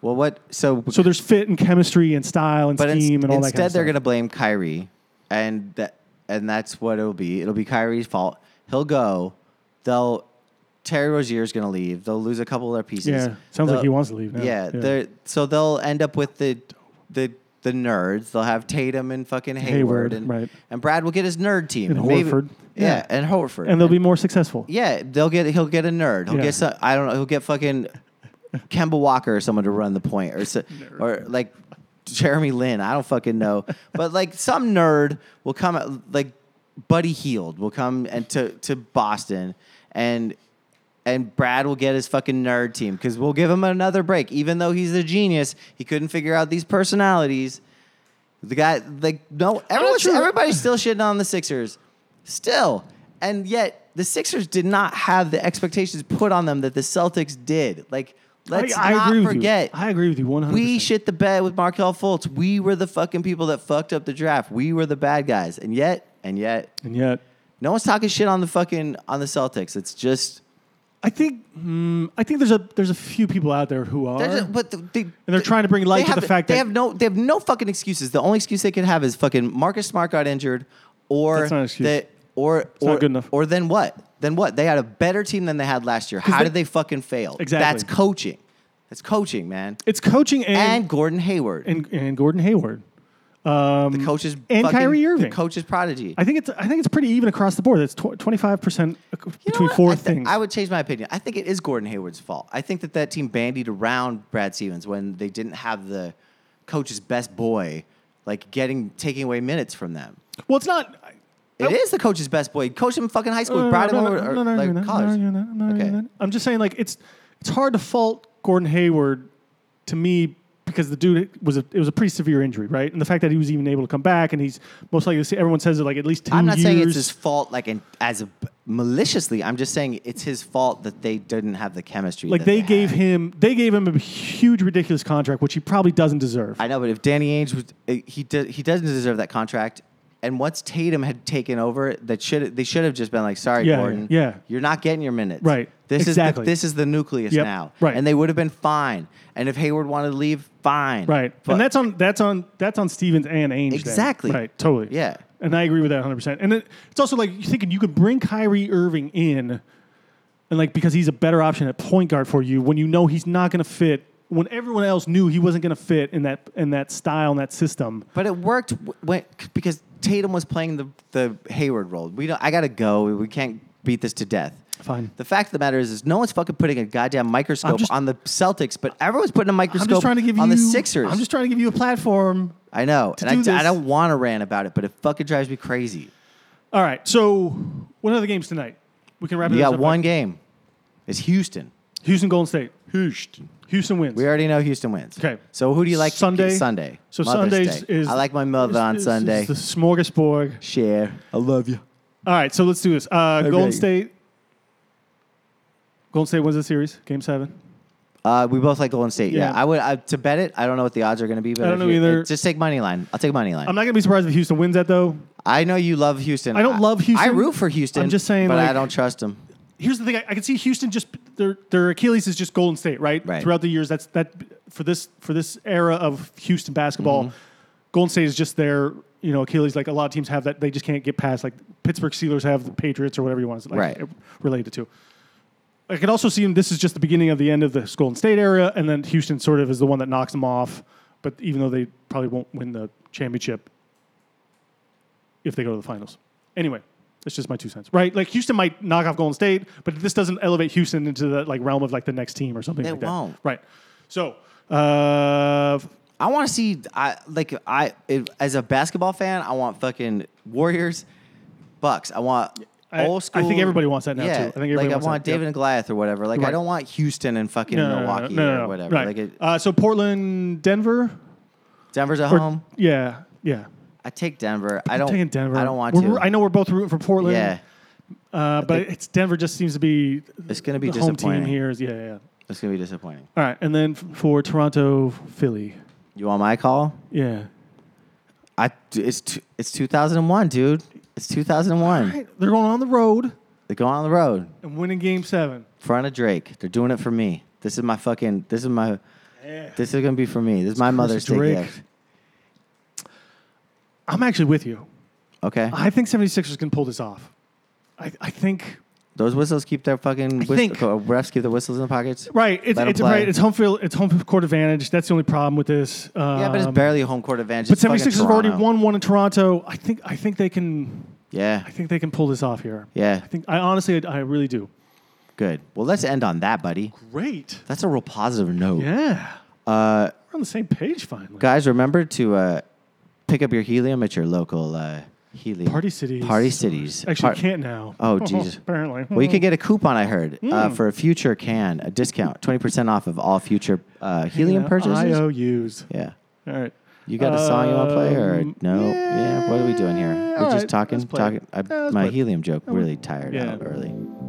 S1: Well, what? So,
S2: So there's fit and chemistry and style and
S1: but in-
S2: scheme and all that.
S1: instead,
S2: Kind of
S1: they're
S2: stuff.
S1: going to blame Kyrie, and that and that's what it'll be. It'll be Kyrie's fault. He'll go. They'll Terry Rozier's going to leave. They'll lose a couple of their pieces.
S2: Yeah, sounds like
S1: They'll-
S2: he wants to leave now.
S1: Yeah,
S2: Yeah.
S1: they're so they'll end up with the the the nerds. They'll have Tatum and fucking Hayward,
S2: Hayward,
S1: and
S2: right.
S1: and Brad will get his nerd team
S2: And
S1: maybe-
S2: Horford.
S1: Yeah,
S2: Yeah.
S1: and Horford.
S2: and they'll be more successful.
S1: yeah, they'll get he'll get a nerd. He'll
S2: Yeah.
S1: get some, I don't know. He'll get fucking Kemba Walker or someone to run the point or so, or like Jeremy Lin. I don't fucking know, but like some nerd will come like Buddy Heald will come and to to Boston and and Brad will get his fucking nerd team because we'll give him another break. Even though he's a genius, he couldn't figure out these personalities. The guy, like, no, everyone's,
S2: sure.
S1: everybody's still shitting on the Sixers, still, and yet the Sixers did not have the expectations put on them that the Celtics did. Like, let's
S2: I, I
S1: not
S2: agree with
S1: forget.
S2: you. I agree with you 100.
S1: We shit the bed with Markel Fultz. We were the fucking people that fucked up the draft. We were the bad guys. And yet, and yet,
S2: and yet
S1: no one's talking shit on the fucking on the Celtics. It's just
S2: I think hmm, I think there's a there's a few people out there who are.
S1: They're just- but th- they, and
S2: they're trying to bring light to the fact
S1: they
S2: that-
S1: have no they have no fucking excuses. The only excuse they could have is fucking Marcus Smart got injured, or
S2: That's not an excuse.
S1: that- or or
S2: not good enough.
S1: Or then what? Then what? They had a better team than they had last year. How
S2: they-
S1: did they fucking fail?
S2: Exactly.
S1: That's coaching. That's coaching, man.
S2: it's coaching
S1: And,
S2: and
S1: Gordon Hayward,
S2: and, and, Gordon Hayward.
S1: the coach's
S2: um, and
S1: fucking,
S2: Kyrie
S1: the
S2: Irving.
S1: coach's prodigy.
S2: I think it's I think it's pretty even across the board. It's twenty five percent
S1: You know
S2: between
S1: what?
S2: four
S1: I thi-
S2: things.
S1: I would change my opinion. I think it is Gordon Hayward's fault. I think that that team bandied around Brad Stevens when they didn't have the coach's best boy, like getting taking away minutes from them.
S2: well, it's not.
S1: It is the coach's best boy. He coached him in fucking high school.
S2: No,
S1: He
S2: no,
S1: brought him
S2: no,
S1: over
S2: no,
S1: or,
S2: no, no,
S1: like
S2: no, no,
S1: college.
S2: no, no, no, no,
S1: Okay.
S2: no. I'm just saying, like it's it's hard to fault Gordon Hayward to me because the dude was a it was a pretty severe injury, right? And the fact that he was even able to come back, and he's most likely everyone says it like at least 2
S1: I'm not
S2: years.
S1: saying it's his fault, like in, as a, maliciously. I'm just saying it's his fault that they didn't have the chemistry.
S2: like
S1: that
S2: they gave
S1: had.
S2: him they gave him a huge ridiculous contract, which he probably doesn't deserve.
S1: I know, but if Danny Ainge was, eh, he do, he doesn't deserve that contract. And once Tatum had taken over, that should they should have just been like, sorry,
S2: Yeah,
S1: Gordon,
S2: yeah.
S1: you're not getting your minutes,
S2: Right,
S1: This
S2: exactly.
S1: is the, this is the nucleus
S2: Yep,
S1: now,
S2: right.
S1: And they would have been fine. And if Hayward wanted to leave, fine,
S2: Right.
S1: But
S2: and that's on that's on that's on Stevens and Ainge. then.
S1: Exactly.
S2: Right. Totally.
S1: Yeah.
S2: And I agree with that 100. percent And it, it's also like you're thinking you could bring Kyrie Irving in, and like because he's a better option at point guard for you when you know he's not going to fit when everyone else knew he wasn't going to fit in that in that style and that system.
S1: But it worked w- when, because Tatum was playing the, the Hayward role. We don't. I gotta go. We can't beat this to death.
S2: Fine.
S1: The fact of the matter is, is no one's fucking putting a goddamn microscope
S2: just-
S1: on the Celtics, but everyone's putting a
S2: I'm
S1: microscope
S2: just trying to give
S1: on
S2: you
S1: the Sixers.
S2: I'm just trying to give you a platform.
S1: I know,
S2: to
S1: and I
S2: do
S1: d- I,
S2: this.
S1: don't want to rant about it, but it fucking drives me crazy.
S2: All right. So what are the games tonight? We can wrap
S1: You
S2: it up.
S1: got one game. It's Houston.
S2: Houston Golden State. Houston. Houston wins.
S1: We already know Houston wins.
S2: Okay.
S1: So who do you like?
S2: Sunday.
S1: Sunday.
S2: So
S1: Mother's
S2: Sundays
S1: Day.
S2: is
S1: I like my mother
S2: is-
S1: on
S2: is- is
S1: Sunday.
S2: the smorgasbord.
S1: Share. I love you.
S2: All right, so let's do this. Uh, Golden
S1: Alright.
S2: State. Golden State wins the series, Game Seven.
S1: Uh, we both like Golden State. Yeah,
S2: Yeah.
S1: I would I, to bet it. I don't know what the odds are going to be, but
S2: I don't
S1: if
S2: know
S1: you-
S2: either.
S1: it- Just take money line. I'll take money line.
S2: I'm not gonna be surprised if Houston wins that though.
S1: I know you love Houston.
S2: I don't love
S1: I
S2: Houston.
S1: root for Houston.
S2: I'm just saying,
S1: but I
S2: like-
S1: don't trust them.
S2: Here's the thing: I, I can see Houston just their their Achilles is just Golden State, right?
S1: Right.
S2: Throughout the years, that's that for this for this era of Houston basketball,
S1: Mm-hmm.
S2: Golden State is just their you know Achilles. Like a lot of teams have that they just can't get past. Like Pittsburgh Steelers have the Patriots or whatever you want to like,
S1: Right.
S2: relate it to. I could also see him. This is just the beginning of the end of the Golden State era, and then Houston sort of is the one that knocks them off. But even though they probably won't win the championship if they go to the finals, anyway, that's just my two cents, right? Like Houston might knock off Golden State, but this doesn't elevate Houston into the like realm of like the next team or something
S1: It
S2: like that,
S1: won't.
S2: right? So uh,
S1: I want to see. I like. I it, as a basketball fan, I want fucking Warriors, Bucks. I want
S2: I-
S1: old
S2: I
S1: school.
S2: think everybody wants that now, too. I think everybody
S1: like
S2: wants
S1: I want
S2: that,
S1: David
S2: yeah.
S1: and Goliath or whatever. Like
S2: Right.
S1: I don't want Houston and fucking
S2: No, no, no,
S1: Milwaukee
S2: no, no, no,
S1: or whatever.
S2: Right.
S1: Like it,
S2: uh, so Portland, Denver.
S1: Denver's at
S2: Or-
S1: home.
S2: Yeah, yeah.
S1: I take Denver. I Um, don't.
S2: I'm taking Denver.
S1: I don't want
S2: We're-
S1: to.
S2: we're- I know we're both rooting for Portland.
S1: yeah,
S2: Uh, but it's Denver. Just seems to be
S1: it's gonna be
S2: the home
S1: disappointing.
S2: team here. Is, yeah, yeah. yeah.
S1: It's gonna be disappointing.
S2: All right, and then f- for Toronto, Philly.
S1: You want my call?
S2: Yeah.
S1: I. It's t- it's 2001, dude. It's 2001.
S2: All right, they're going on the road
S1: They're going on the road.
S2: and winning Game Seven.
S1: front of Drake. They're doing it for me. This is my fucking. This is my. This is gonna be for me. This is my mother's Day
S2: Drake.
S1: gift.
S2: I'm actually with you.
S1: Okay,
S2: I think 76ers can pull this off. I, I think
S1: those whistles keep their fucking. Whist-
S2: think-
S1: uh, refs keep their whistles in the pockets.
S2: right. It's,
S1: Let 'em
S2: it's
S1: play.
S2: right. It's home field. It's home court advantage. That's the only problem with this. Um,
S1: Yeah, but it's barely a home court advantage.
S2: But
S1: It's fucking
S2: 76ers have already
S1: Toronto.
S2: won one in Toronto. I think I think they can.
S1: Yeah,
S2: I think they can pull this off here.
S1: yeah,
S2: I think I honestly I, I really do.
S1: good. Well, let's end on that, buddy.
S2: Great.
S1: That's a real positive note.
S2: Yeah. Uh, We're on the same page finally.
S1: Guys, remember to uh, pick up your helium at your local uh, helium
S2: Party cities.
S1: Party cities.
S2: Actually,
S1: Par-
S2: you can't now.
S1: Oh, Jesus.
S2: [LAUGHS] Apparently.
S1: Well, you can get a coupon, I heard,
S2: Hmm.
S1: uh, for a future can, a discount, 20% off of all future uh, helium
S2: Yeah,
S1: purchases.
S2: IOUs.
S1: Yeah.
S2: All right.
S1: You got a song you want to play or
S2: Um,
S1: no? Yeah. What are we doing here?
S2: yeah,
S1: We're
S2: all
S1: just
S2: right,
S1: talking,
S2: let's play it.
S1: talking. I,
S2: Yeah, let's
S1: my
S2: play it.
S1: helium joke really tired
S2: yeah.
S1: out early.